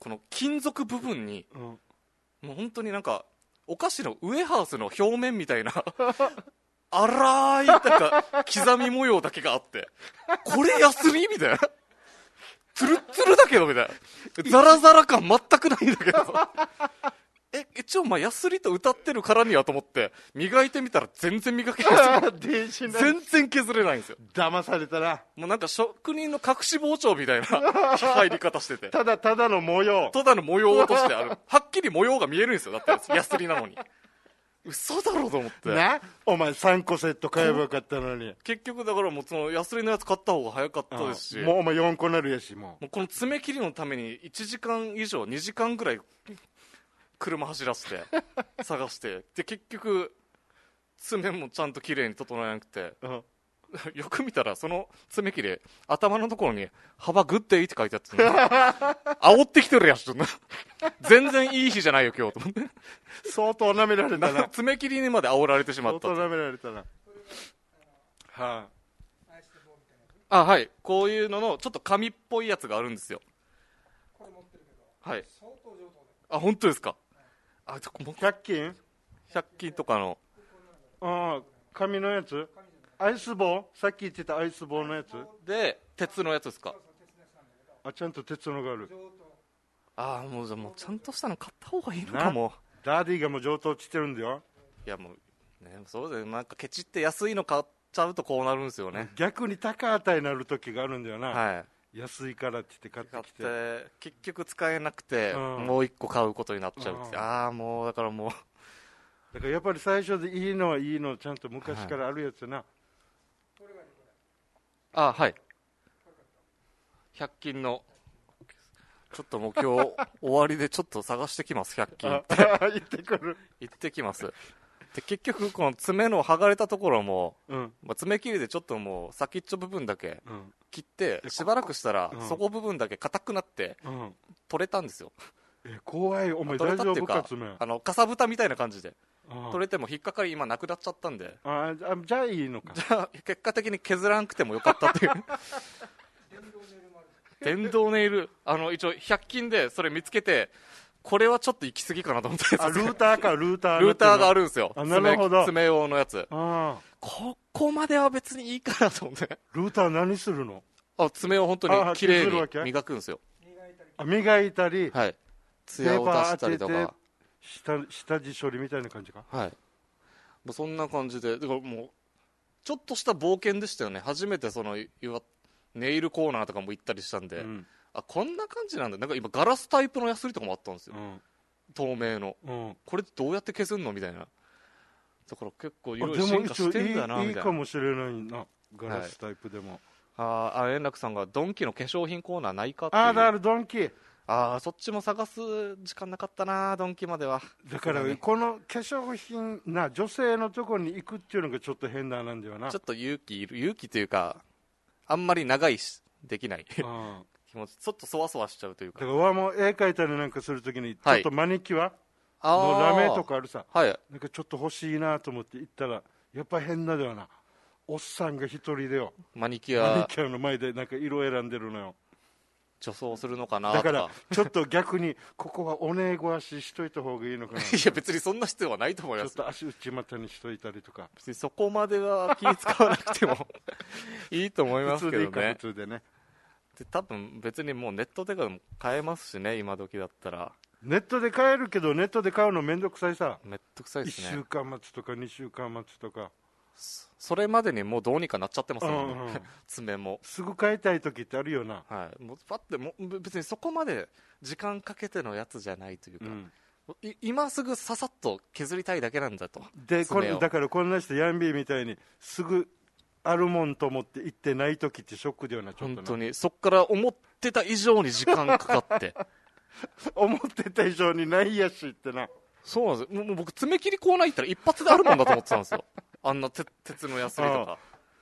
[SPEAKER 1] この金属部分に
[SPEAKER 2] うん
[SPEAKER 1] もう本当になんかお菓子のウエハースの表面みたいな [LAUGHS] 荒いなんか刻み模様だけがあってこれヤスリみたいなツルッツルだけどみたいなザラザラ感全くないんだけどえ一応まあヤスリと歌ってるからにはと思って磨いてみたら全然磨けない
[SPEAKER 2] 電子な
[SPEAKER 1] 全然削れないんですよ
[SPEAKER 2] 騙されたな
[SPEAKER 1] もうなんか職人の隠し包丁みたいな入り方してて
[SPEAKER 2] ただただの模様
[SPEAKER 1] ただの模様としてあるはっきり模様が見えるんですよだってヤスリなのに嘘だろと思って
[SPEAKER 2] なお前3個セット買えばよかったのに
[SPEAKER 1] 結局だからもうそのヤスリのやつ買った方が早かったですし、
[SPEAKER 2] もう
[SPEAKER 1] も
[SPEAKER 2] お前4個なるやしも
[SPEAKER 1] うこの爪切りのために1時間以上2時間ぐらい車走らせて探してで結局爪もちゃんと綺麗に整えなくて [LAUGHS]
[SPEAKER 2] ううん
[SPEAKER 1] よく見たらその爪切り頭のところに「幅グッデイ」って書いてあって煽ってきてるやんちょっとな全然いい日じゃないよ今日と思って
[SPEAKER 2] 相当舐められた
[SPEAKER 1] [LAUGHS]
[SPEAKER 2] な
[SPEAKER 1] 爪切りにまで煽られてしま
[SPEAKER 2] 相
[SPEAKER 1] った
[SPEAKER 2] 当舐められたなは
[SPEAKER 1] あはいこういうののちょっと紙っぽいやつがあるんですよはいあ本当ですかあちょもう
[SPEAKER 2] い100均
[SPEAKER 1] 100均とかの
[SPEAKER 2] ああ紙のやつアイス棒さっき言ってたアイス棒のやつ
[SPEAKER 1] で鉄のやつですか
[SPEAKER 2] あちゃんと鉄のがある
[SPEAKER 1] ああもうじゃあもうちゃんとしたの買った方がいいのかも
[SPEAKER 2] ダーディがもう上等落ちてるんだよ
[SPEAKER 1] いやもうねそうだよなんかケチって安いの買っちゃうとこうなるんですよね、
[SPEAKER 2] 逆に高値になる時があるんだよな、
[SPEAKER 1] はい
[SPEAKER 2] 安いからって言って買
[SPEAKER 1] 買
[SPEAKER 2] っ
[SPEAKER 1] って
[SPEAKER 2] きて
[SPEAKER 1] て結局使えなくて、
[SPEAKER 2] うん
[SPEAKER 1] もう一個買うことになっちゃうって、
[SPEAKER 2] うん
[SPEAKER 1] ああもうだからもう
[SPEAKER 2] だからやっぱり最初でいいのはいいのちゃんと昔からあるや
[SPEAKER 1] [LAUGHS]
[SPEAKER 2] つな、
[SPEAKER 1] あはい100均のちょっともう今日終わりでちょっと探してきます100均
[SPEAKER 2] あ行ってくる
[SPEAKER 1] 行ってきますで結局この爪の剥がれたところも、
[SPEAKER 2] うん
[SPEAKER 1] まあ、爪切りでちょっともう先っちょ部分だけ
[SPEAKER 2] うん
[SPEAKER 1] 切ってしばらくしたら
[SPEAKER 2] うん
[SPEAKER 1] そこ部分だけ硬くなって
[SPEAKER 2] うん
[SPEAKER 1] 取れたんですよ
[SPEAKER 2] え怖いお前
[SPEAKER 1] 取
[SPEAKER 2] 大
[SPEAKER 1] れた
[SPEAKER 2] 丈
[SPEAKER 1] ってい
[SPEAKER 2] 夫
[SPEAKER 1] う
[SPEAKER 2] か
[SPEAKER 1] か
[SPEAKER 2] 爪
[SPEAKER 1] あのかさぶたみたいな感じで取
[SPEAKER 2] 取
[SPEAKER 1] れても引っかかり今なくなっちゃったんで
[SPEAKER 2] ああじゃあいいのか
[SPEAKER 1] じゃあ [LAUGHS] 結果的に削らんくてもよかったっ
[SPEAKER 2] [LAUGHS]
[SPEAKER 1] ていう電動ネイルあの一応100均でそれ見つけてこれはちょっと行き過ぎかなと思った
[SPEAKER 2] あ
[SPEAKER 1] やつ
[SPEAKER 2] ルーターかルーター
[SPEAKER 1] ルーターがあ
[SPEAKER 2] る
[SPEAKER 1] るんですよ
[SPEAKER 2] あなるほど
[SPEAKER 1] 爪爪用のやつ
[SPEAKER 2] あ
[SPEAKER 1] ここまでは別にいいかなと思って
[SPEAKER 2] あルーター何するの
[SPEAKER 1] あ爪を本当
[SPEAKER 2] あ
[SPEAKER 1] に綺麗
[SPEAKER 2] 削るわけ
[SPEAKER 1] に磨くんですよ
[SPEAKER 2] あ磨いたり
[SPEAKER 1] はい艶を出したりと
[SPEAKER 2] ペーパー当
[SPEAKER 1] か
[SPEAKER 2] て下下地処理みたいな感じか
[SPEAKER 1] はいもうそんな感じでだからもうちょっとした冒険でしたよね初めてそのいわネイルコーナーとかも行ったりしたんで、
[SPEAKER 2] うん
[SPEAKER 1] あこんな感じなんだなんか今ガラスタイプのヤスリとかもあったんですよ
[SPEAKER 2] うん
[SPEAKER 1] 透明の
[SPEAKER 2] うん
[SPEAKER 1] これどうやって消すんのみたいなだから結構い
[SPEAKER 2] あ
[SPEAKER 1] ろい
[SPEAKER 2] で
[SPEAKER 1] ろ
[SPEAKER 2] も
[SPEAKER 1] 進化
[SPEAKER 2] 一応
[SPEAKER 1] してんだよない
[SPEAKER 2] いい
[SPEAKER 1] み
[SPEAKER 2] い
[SPEAKER 1] たい
[SPEAKER 2] か
[SPEAKER 1] な
[SPEAKER 2] もしれないなガラスタイプでも、
[SPEAKER 1] あーあ円楽さんがドンキの化粧品コーナーないかっていう
[SPEAKER 2] ああだからドンキ
[SPEAKER 1] あーそっちも探す時間なかったなドンキまでは
[SPEAKER 2] だから
[SPEAKER 1] そうね
[SPEAKER 2] この化粧品な女性のところに行くっていうのがちょっと変だなんだよな
[SPEAKER 1] ちょっと勇気いる勇気というかあんまり長いしできない
[SPEAKER 2] [LAUGHS] うん
[SPEAKER 1] 気持ちちょっとそわそわしちゃうという
[SPEAKER 2] だか
[SPEAKER 1] から
[SPEAKER 2] 俺も絵描いたりなんかするときにちょ
[SPEAKER 1] は
[SPEAKER 2] っ
[SPEAKER 1] い
[SPEAKER 2] とマニキュア
[SPEAKER 1] あ
[SPEAKER 2] のラ
[SPEAKER 1] ー
[SPEAKER 2] メとかあるさ、
[SPEAKER 1] はい
[SPEAKER 2] なんかちょっと欲しいなと思って行ったらやっぱ変だよなおっさんが一人でよ
[SPEAKER 1] マニキュ
[SPEAKER 2] マニ
[SPEAKER 1] ア
[SPEAKER 2] キュアの前でなんか色選んでるのよ
[SPEAKER 1] 女装するのかなと
[SPEAKER 2] だ
[SPEAKER 1] か
[SPEAKER 2] からちょっと逆にここはおねえご足ししといた方がいいのかな
[SPEAKER 1] [LAUGHS]
[SPEAKER 2] ち
[SPEAKER 1] いや別に [LAUGHS] そんな必要はないと思い
[SPEAKER 2] ょ
[SPEAKER 1] ま
[SPEAKER 2] っ
[SPEAKER 1] す
[SPEAKER 2] と足内股にしといたりとか
[SPEAKER 1] 別にそこまでは気使わなく [LAUGHS] てもいいと思いま
[SPEAKER 2] 普
[SPEAKER 1] す
[SPEAKER 2] 通
[SPEAKER 1] け
[SPEAKER 2] でいい
[SPEAKER 1] ど
[SPEAKER 2] か
[SPEAKER 1] ね
[SPEAKER 2] 普通でね
[SPEAKER 1] で多分別にもうネットでも買えますしね今時だったら
[SPEAKER 2] ネットで買えるけどネットで買うのめんどくさいさ
[SPEAKER 1] めっとくさい
[SPEAKER 2] 1
[SPEAKER 1] ですね
[SPEAKER 2] 週間待つとか2週間待つとか、
[SPEAKER 1] それまでにもうどうにかなっちゃってますもんね、
[SPEAKER 2] うんうん
[SPEAKER 1] [LAUGHS] 爪も
[SPEAKER 2] すぐ買いたい時ってあるよな、
[SPEAKER 1] はいもうパッてもうべ別にそこまで時間かけてのやつじゃないというか、い今すぐささっと削りたいだけなんだと
[SPEAKER 2] でこ
[SPEAKER 1] 爪
[SPEAKER 2] れ
[SPEAKER 1] を
[SPEAKER 2] だからこんな人ヤンビーみたいにすぐあるもんと思って行ってない時ってショックだよなちょっ
[SPEAKER 1] 本
[SPEAKER 2] と
[SPEAKER 1] 当
[SPEAKER 2] な
[SPEAKER 1] にそっから思ってた以上に時間かかって
[SPEAKER 2] 思ってた以上にないやしってな
[SPEAKER 1] そうなんですよもうもう僕爪切りコーナー行ったら一発であるもんだと思ってたん
[SPEAKER 2] [LAUGHS]
[SPEAKER 1] ですよあんな鉄鉄のヤスリと
[SPEAKER 2] あ
[SPEAKER 1] か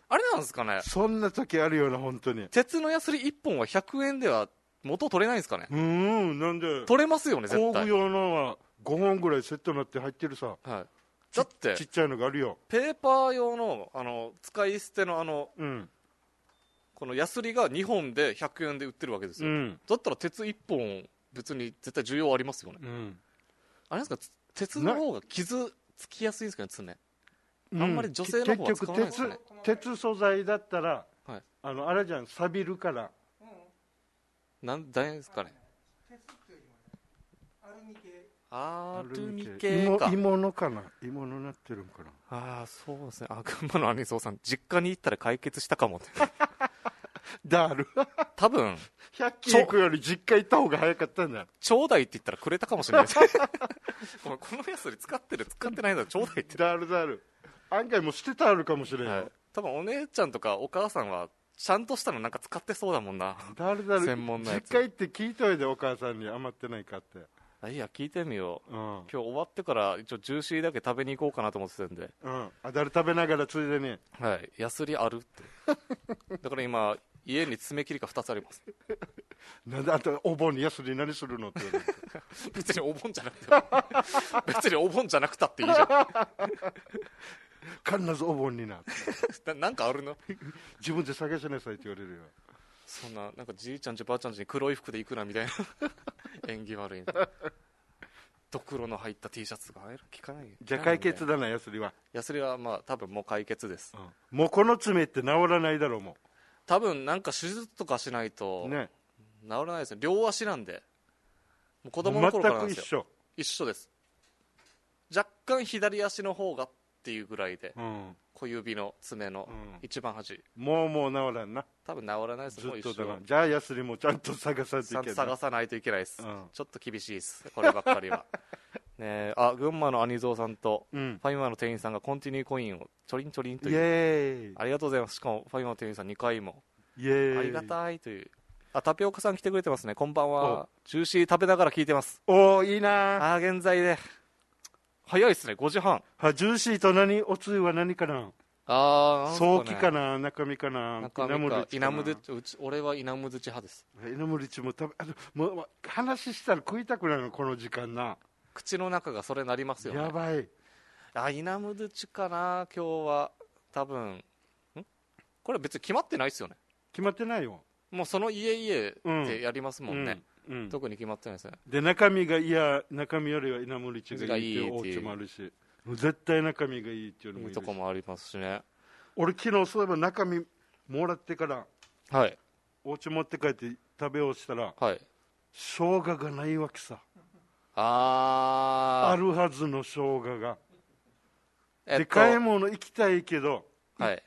[SPEAKER 1] あれなんですかね
[SPEAKER 2] そんな時あるよな本当に
[SPEAKER 1] 鉄のヤスリ1本は100円では元取れないんですかね
[SPEAKER 2] うーんなんで
[SPEAKER 1] 取れますよね絶
[SPEAKER 2] 工具
[SPEAKER 1] 対、
[SPEAKER 2] 用のは5本ぐらいセットになって入ってるさ
[SPEAKER 1] はい、だって
[SPEAKER 2] ちっちゃいのがあるよ
[SPEAKER 1] ペーパー用のあの使い捨てのあの
[SPEAKER 2] うん
[SPEAKER 1] このヤスリが2本で100円で売ってるわけです
[SPEAKER 2] う
[SPEAKER 1] よ、
[SPEAKER 2] ん
[SPEAKER 1] だったら鉄1本別に絶対需要ありますよね
[SPEAKER 2] うん
[SPEAKER 1] あれなんですかつ鉄の方が傷つきやすいんですかね爪あんまり女性の方は使
[SPEAKER 2] 結局
[SPEAKER 1] わないです
[SPEAKER 2] 鉄
[SPEAKER 1] ね
[SPEAKER 2] 鉄素材だったら、
[SPEAKER 1] はい
[SPEAKER 2] あのあれじゃん錆びるから
[SPEAKER 1] なんだいですかねア
[SPEAKER 2] アル
[SPEAKER 1] ルミ
[SPEAKER 2] ミ
[SPEAKER 1] 系か
[SPEAKER 2] 芋芋のかな芋のなってるんかな
[SPEAKER 1] ああそうですねあ群馬のアニソーさん実家に行ったら解決した [LAUGHS] かもって
[SPEAKER 2] だる
[SPEAKER 1] 多分
[SPEAKER 2] 100均行くより実家行った方が早かったんだよ
[SPEAKER 1] ちょうだいって言ったらくれたかもしれないです [LAUGHS] お前このヤスリ使ってる使ってないならちょうだいって
[SPEAKER 2] だるだる案外もう捨てたあるかもしれんよ、
[SPEAKER 1] はい、多分お姉ちゃんとかお母さんはちゃんとしたのなんか使ってそうだもんな
[SPEAKER 2] だるだる
[SPEAKER 1] 専門のやつ
[SPEAKER 2] 実家行って聞いといてお母さんに余ってないかって
[SPEAKER 1] あいいや聞いてみよう
[SPEAKER 2] うん、うん、
[SPEAKER 1] 今日終わってから一応ジューシーだけ食べに行こうかなと思ってたんで
[SPEAKER 2] あだる食べながらついでに
[SPEAKER 1] はいヤスリあるってだから今家に爪切りが2つあります [LAUGHS]
[SPEAKER 2] なんであんたお盆に安に何するのって言われて
[SPEAKER 1] 別にお盆じゃなくて [LAUGHS] 別にお盆じゃなくたっていいじゃん
[SPEAKER 2] 必ずお盆になって
[SPEAKER 1] ななん [LAUGHS] かあるの
[SPEAKER 2] 自分で探しなさいって言われるよ
[SPEAKER 1] そんななんかじいちゃんちばあちゃんちに黒い服で行くなみた [LAUGHS] いな縁起悪いなドクロの入った T シャツが入る聞かない
[SPEAKER 2] じゃあ解決
[SPEAKER 1] だ
[SPEAKER 2] だな安には、
[SPEAKER 1] ヤスリはまあ多分もう解決です
[SPEAKER 2] うん、もうこの爪って治らないだろうも
[SPEAKER 1] 多分なんか手術とかしないうと
[SPEAKER 2] ね
[SPEAKER 1] 治らないですね両足なんでもう子供の頃からなんで
[SPEAKER 2] 全く
[SPEAKER 1] す
[SPEAKER 2] 一
[SPEAKER 1] よ
[SPEAKER 2] 緒、
[SPEAKER 1] 一緒です若干左足の方がっていうぐらいで
[SPEAKER 2] うん、
[SPEAKER 1] 小指の爪の
[SPEAKER 2] うん
[SPEAKER 1] 一番端
[SPEAKER 2] もうもう治らんな
[SPEAKER 1] 多分治らないです
[SPEAKER 2] ず
[SPEAKER 1] もう
[SPEAKER 2] っ
[SPEAKER 1] 一
[SPEAKER 2] とだな
[SPEAKER 1] 生
[SPEAKER 2] じゃあヤスリもちゃんと探さないとい
[SPEAKER 1] さ
[SPEAKER 2] けない
[SPEAKER 1] 探さないといけないです、
[SPEAKER 2] うん
[SPEAKER 1] ちょっと厳しいですこればっかり
[SPEAKER 2] [LAUGHS]
[SPEAKER 1] はねえあ群馬のアニゾーさんと
[SPEAKER 2] う
[SPEAKER 1] フ
[SPEAKER 2] ん
[SPEAKER 1] ァイマーの店員さんがコンティニューコインをちょりんちょりんと
[SPEAKER 2] イエ
[SPEAKER 1] いう
[SPEAKER 2] ーイ
[SPEAKER 1] ありがとうございますしかもファイマーの店員さん2回も
[SPEAKER 2] イエーイ
[SPEAKER 1] ありがたいというあタピオカさん来てくれてますねこんばんはジューシー食べながら聞いてます
[SPEAKER 2] おーいいなあ
[SPEAKER 1] ああ現在で早いですね5時半
[SPEAKER 2] はジューシーと何おつゆは何かな
[SPEAKER 1] あ
[SPEAKER 2] 早期かな中身かな
[SPEAKER 1] 中身か
[SPEAKER 2] イ
[SPEAKER 1] イナ
[SPEAKER 2] ナム
[SPEAKER 1] ム
[SPEAKER 2] ル
[SPEAKER 1] ズ
[SPEAKER 2] チ
[SPEAKER 1] うち俺はイナムズチ派です
[SPEAKER 2] かなイナムルチも食べあのもうもう話したら食いたくなるのこの時間な
[SPEAKER 1] 口の中がそれなりますよ
[SPEAKER 2] や
[SPEAKER 1] ね
[SPEAKER 2] ばい
[SPEAKER 1] あイナムズチかな今日は多分んこれ別に決まってないですよね
[SPEAKER 2] 決まってないよ
[SPEAKER 1] もうその家々でやりますもんね、
[SPEAKER 2] うんうん
[SPEAKER 1] 特に決まってないですね
[SPEAKER 2] で中身がいや中身よりはイナムルチがいいっていう
[SPEAKER 1] が
[SPEAKER 2] お
[SPEAKER 1] いいっていう
[SPEAKER 2] 家もあるし絶対中身がいいっていうのも
[SPEAKER 1] い
[SPEAKER 2] い
[SPEAKER 1] い
[SPEAKER 2] るし
[SPEAKER 1] とこもありますしね
[SPEAKER 2] 俺昨日そういえば中身もらってから
[SPEAKER 1] はい
[SPEAKER 2] お家持って帰って食べようとしたら
[SPEAKER 1] はい
[SPEAKER 2] 生姜がないわけさあ
[SPEAKER 1] あー
[SPEAKER 2] るはずの生姜が
[SPEAKER 1] え
[SPEAKER 2] で
[SPEAKER 1] っと
[SPEAKER 2] 買い物行きたいけど
[SPEAKER 1] はい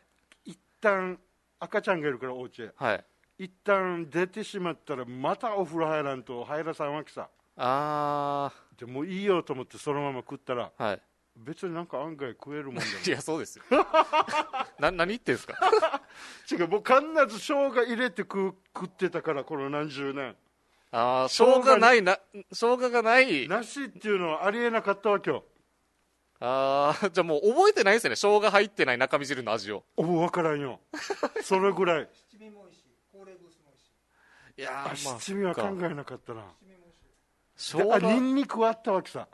[SPEAKER 2] 一旦赤ちゃんがいるからお家へ
[SPEAKER 1] はい
[SPEAKER 2] 一旦出てしまったらまたお風呂入らんと入らさんわけさ
[SPEAKER 1] あ
[SPEAKER 2] でもういいよと思ってそのまま食ったら
[SPEAKER 1] ーはい [LAUGHS]
[SPEAKER 2] 別になんか案外食えるもんだもん
[SPEAKER 1] いや、そうですよ。 [LAUGHS] な、何言ってんすか
[SPEAKER 2] 違う僕必ず生姜入れて食う食ってたからこの何十年
[SPEAKER 1] ああ、生姜ないな、生姜がない。
[SPEAKER 2] なしっていうのはありえなかったわけよ
[SPEAKER 1] ああ、じゃあもう覚えてないですよね。生姜入ってない中身汁の味を。
[SPEAKER 2] おう分からんよそれぐらい
[SPEAKER 5] 七味も美味しい高麗節も美味しい
[SPEAKER 1] いやー、
[SPEAKER 2] あ
[SPEAKER 1] まあ、
[SPEAKER 2] 七味は考
[SPEAKER 1] そっか
[SPEAKER 2] えなかったな
[SPEAKER 5] 七味も美味しい
[SPEAKER 1] 生
[SPEAKER 2] であニ
[SPEAKER 1] 姜、
[SPEAKER 2] ンニクはあったわけさ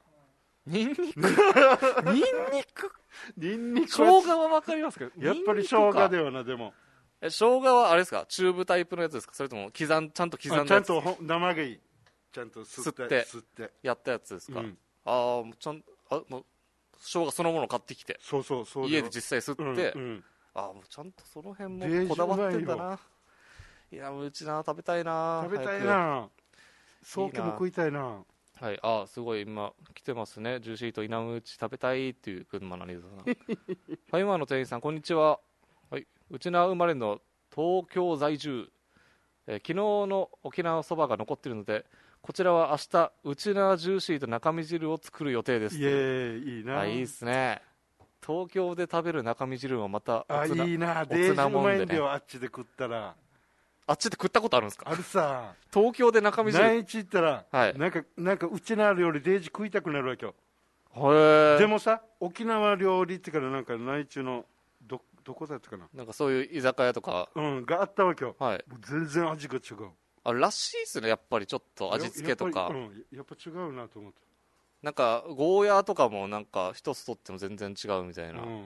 [SPEAKER 1] ニンニク、
[SPEAKER 2] ニンニクニンニク
[SPEAKER 1] 生
[SPEAKER 2] は
[SPEAKER 1] 姜はわかりますけど、
[SPEAKER 2] やっぱり生
[SPEAKER 1] ニンニクか
[SPEAKER 2] 姜だよなでも
[SPEAKER 1] え生姜はあれですかチューブタイプのやつですかそれとも刻んちゃんと刻んだ
[SPEAKER 2] あ
[SPEAKER 1] やつ
[SPEAKER 2] ちゃんとほ生毛いいちゃんと吸って
[SPEAKER 1] 吸って
[SPEAKER 2] 吸って
[SPEAKER 1] やったやつですか、
[SPEAKER 2] うん
[SPEAKER 1] ああもうちゃんあもう生姜そのものを買ってきて
[SPEAKER 2] そうそうそうだ
[SPEAKER 1] 家
[SPEAKER 2] よ
[SPEAKER 1] で実際吸って、
[SPEAKER 2] うんうん
[SPEAKER 1] ああもうちゃんとその辺
[SPEAKER 2] ベージュ
[SPEAKER 1] もこだわってんだ
[SPEAKER 2] うまい
[SPEAKER 1] ないやもううちな食べたいな
[SPEAKER 2] 食べたいな早期も食いたいな
[SPEAKER 1] 早くはいああすごい今来てますねジューシーと稲むうち食べたいっていう群馬のリズム
[SPEAKER 2] [LAUGHS]
[SPEAKER 1] なはい今の店員さんこんにちは、はいうちな生まれの東京在住えー昨日の沖縄そばが残ってるのでこちらは明日うちなジューシーと中身汁を作る予定です
[SPEAKER 2] いえいいな
[SPEAKER 1] あいいですね東京で食べる中身汁もまた
[SPEAKER 2] あ
[SPEAKER 1] おつない
[SPEAKER 2] いな
[SPEAKER 1] おつ
[SPEAKER 2] デージ
[SPEAKER 1] な
[SPEAKER 2] う
[SPEAKER 1] もん
[SPEAKER 2] ま
[SPEAKER 1] でね
[SPEAKER 2] いんだよあっちで食ったら
[SPEAKER 1] あっちで食ったことあるんですか
[SPEAKER 2] あるさ
[SPEAKER 1] 東京で中身汁へ
[SPEAKER 2] 内地行ったら、
[SPEAKER 1] はい
[SPEAKER 2] なんかなんかうちの料理デージ食いたくなるわけよ
[SPEAKER 1] え
[SPEAKER 2] でもさ沖縄料理ってからなんか内地のどどこだったかな
[SPEAKER 1] なんかそういう居酒屋とか
[SPEAKER 2] うんがあったわけよ
[SPEAKER 1] はい
[SPEAKER 2] もう全然味が違う
[SPEAKER 1] あらしいですねやっぱりちょっと味付けと
[SPEAKER 2] やっ
[SPEAKER 1] か
[SPEAKER 2] ぱりうん、やっぱ違うなと思っ
[SPEAKER 1] なんかゴーヤーとかもなんか一つとっても全然違うみたい
[SPEAKER 2] た、
[SPEAKER 1] な、
[SPEAKER 2] うん、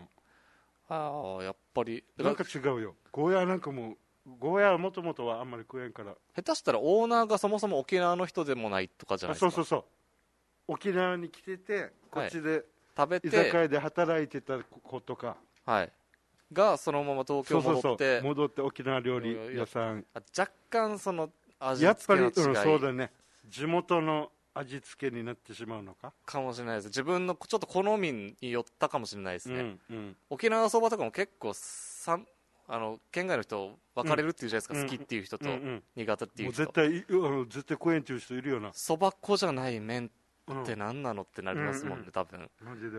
[SPEAKER 1] ああやっぱりだか
[SPEAKER 2] なん
[SPEAKER 1] ら
[SPEAKER 2] か違うよゴーヤーなんかもうゴーヤーはもともとはあんまり食えんから
[SPEAKER 1] 下手したらオーナーがそもそも沖縄の人でもないとかじゃないで
[SPEAKER 2] あ
[SPEAKER 1] すか
[SPEAKER 2] そうそうそう沖縄に来ててこっちで
[SPEAKER 1] 食べ
[SPEAKER 2] 居酒
[SPEAKER 1] て、
[SPEAKER 2] 屋で働いてた子とか
[SPEAKER 1] はい、がそのまま東京戻って
[SPEAKER 2] そうそうそう戻って沖縄料理屋さん
[SPEAKER 1] あ若干その味
[SPEAKER 2] やっ
[SPEAKER 1] 付
[SPEAKER 2] ぱり、
[SPEAKER 1] け
[SPEAKER 2] う
[SPEAKER 1] の
[SPEAKER 2] ん、そう
[SPEAKER 1] 違い
[SPEAKER 2] だね地元の味付けになってしまうのか
[SPEAKER 1] かもしれないです自分のちょっと好みによったかもしれないですね、
[SPEAKER 2] うんうん
[SPEAKER 1] 沖縄そばとかも結構さんあの県外の人分かれるっていうじゃないですか、
[SPEAKER 2] うん
[SPEAKER 1] 好きっていう人と
[SPEAKER 2] うんうん
[SPEAKER 1] 苦手ってい
[SPEAKER 2] も
[SPEAKER 1] う
[SPEAKER 2] う
[SPEAKER 1] 人
[SPEAKER 2] 絶対いうん絶対食えんっていう人いるよな、
[SPEAKER 1] そば粉じゃない麺
[SPEAKER 2] うん
[SPEAKER 1] って何なのってなりますもんね、
[SPEAKER 2] うんうん
[SPEAKER 1] 多分
[SPEAKER 2] マジで、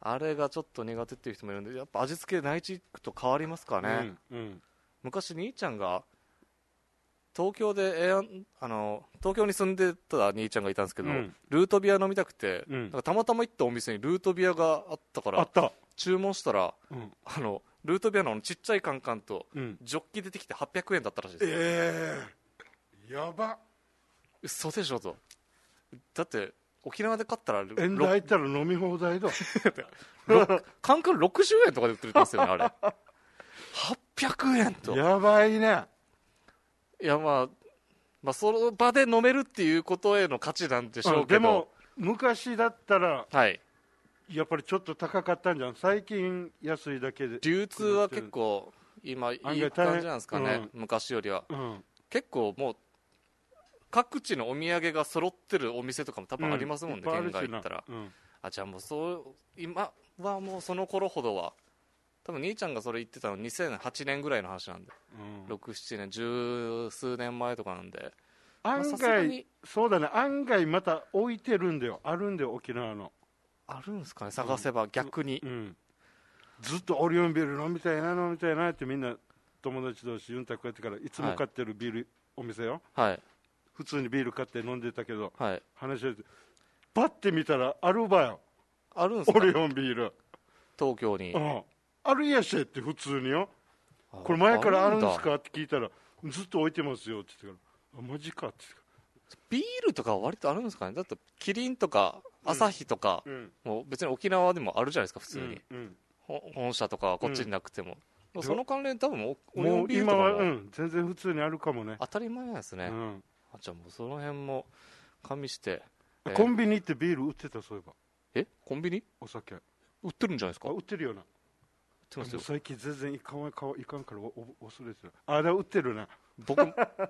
[SPEAKER 1] あれがちょっと苦手っていう人もいるんでやっぱ味付け内地行くと変わりますからね、
[SPEAKER 2] うんうん
[SPEAKER 1] 昔兄ちゃんが東京でえーあの東京に住んでた兄ちゃんがいたんですけど、
[SPEAKER 2] うん
[SPEAKER 1] ルートビア飲みたくて、
[SPEAKER 2] うん
[SPEAKER 1] なんかたまたま行ったお店にルートビアがあったか
[SPEAKER 2] あ
[SPEAKER 1] ら
[SPEAKER 2] った、
[SPEAKER 1] 注文したら
[SPEAKER 2] うん
[SPEAKER 1] あのルートビアのあのちっちゃいカンカンと
[SPEAKER 2] うん、
[SPEAKER 1] ジョッキ出てきて800円だったらしいです
[SPEAKER 2] ええやば
[SPEAKER 1] 嘘でしょとだって沖縄で買ったらろ
[SPEAKER 2] 縁台行ったら飲み放題だ
[SPEAKER 1] ろカンカン60円とかで売ってるんですよねあれ800円と
[SPEAKER 2] やばいね
[SPEAKER 1] いやまあ、まあ、その場で飲めるっていうことへの価値なんでしょ
[SPEAKER 2] う
[SPEAKER 1] うんけど、
[SPEAKER 2] でも昔だったら
[SPEAKER 1] はい、
[SPEAKER 2] やっぱりちょっと高かったんじゃん最近安いだけで、
[SPEAKER 1] 流通は結構今いい
[SPEAKER 2] 案
[SPEAKER 1] 感
[SPEAKER 2] 外
[SPEAKER 1] じ
[SPEAKER 2] 大変
[SPEAKER 1] なんですかね、昔よりは
[SPEAKER 2] うん、
[SPEAKER 1] 結構もう各地のお土産が揃ってるお店とかも多
[SPEAKER 2] う
[SPEAKER 1] 分ありますもん
[SPEAKER 2] い
[SPEAKER 1] ね、
[SPEAKER 2] ぱいある
[SPEAKER 1] 県
[SPEAKER 2] し
[SPEAKER 1] 外行
[SPEAKER 2] な
[SPEAKER 1] ったら
[SPEAKER 2] うん
[SPEAKER 1] あじゃあもうそう今はもうその頃ほどは多分兄ちゃんがそれ言ってたの2008年ぐらいの話なんで、
[SPEAKER 2] うん
[SPEAKER 1] 67年十数年前とかなんであ
[SPEAKER 2] 案
[SPEAKER 1] さすが
[SPEAKER 2] 外
[SPEAKER 1] に
[SPEAKER 2] そうだね案外また置いてるんだよあるんだよ沖縄の
[SPEAKER 1] あるんですかね探せば逆に、
[SPEAKER 2] うん、ずっとオリオンビール飲みたいな飲みたいなってみんな友達同士ユンタクやってからいつも買ってるビール、お店よ
[SPEAKER 1] はい
[SPEAKER 2] 普通にビール買って飲んでたけど
[SPEAKER 1] はい
[SPEAKER 2] 話し合ってパッて見たらあるばよ
[SPEAKER 1] あるんです
[SPEAKER 2] オ
[SPEAKER 1] か
[SPEAKER 2] リオンビール、
[SPEAKER 1] 東京に
[SPEAKER 2] うん、あるやしって普通によ
[SPEAKER 1] あ
[SPEAKER 2] これ前からあるん
[SPEAKER 1] だ
[SPEAKER 2] ですかって聞いたらずっと置いてますよって言ってからあマジかって
[SPEAKER 1] ビールとかは割とあるんですかねだってキリンとかアサヒとか、
[SPEAKER 2] 言って
[SPEAKER 1] もう別に沖縄でもあるじゃないですか普通
[SPEAKER 2] から、
[SPEAKER 1] に、
[SPEAKER 2] うんうん
[SPEAKER 1] ほ本社とかはこっちになくても、
[SPEAKER 2] ん
[SPEAKER 1] その関連多分お
[SPEAKER 2] う
[SPEAKER 1] オ
[SPEAKER 2] ん、
[SPEAKER 1] リオ
[SPEAKER 2] も
[SPEAKER 1] ン
[SPEAKER 2] う
[SPEAKER 1] ビール
[SPEAKER 2] 今
[SPEAKER 1] とか
[SPEAKER 2] は、
[SPEAKER 1] も
[SPEAKER 2] うん、全然普通にあるかもね
[SPEAKER 1] 当たり前なんですね、
[SPEAKER 2] うん、
[SPEAKER 1] あじゃあもうその辺も加味してえー
[SPEAKER 2] コンビニってビール売ってたそういえば
[SPEAKER 1] えコンビニ
[SPEAKER 2] お酒あ
[SPEAKER 1] 売ってるんじゃないですか売っ
[SPEAKER 2] 売ってるよな
[SPEAKER 1] てます
[SPEAKER 2] も
[SPEAKER 1] よ
[SPEAKER 2] う最近全然いかんわいかんわいかんからおお忘れてるあでも売ってるな
[SPEAKER 1] 僕 [LAUGHS]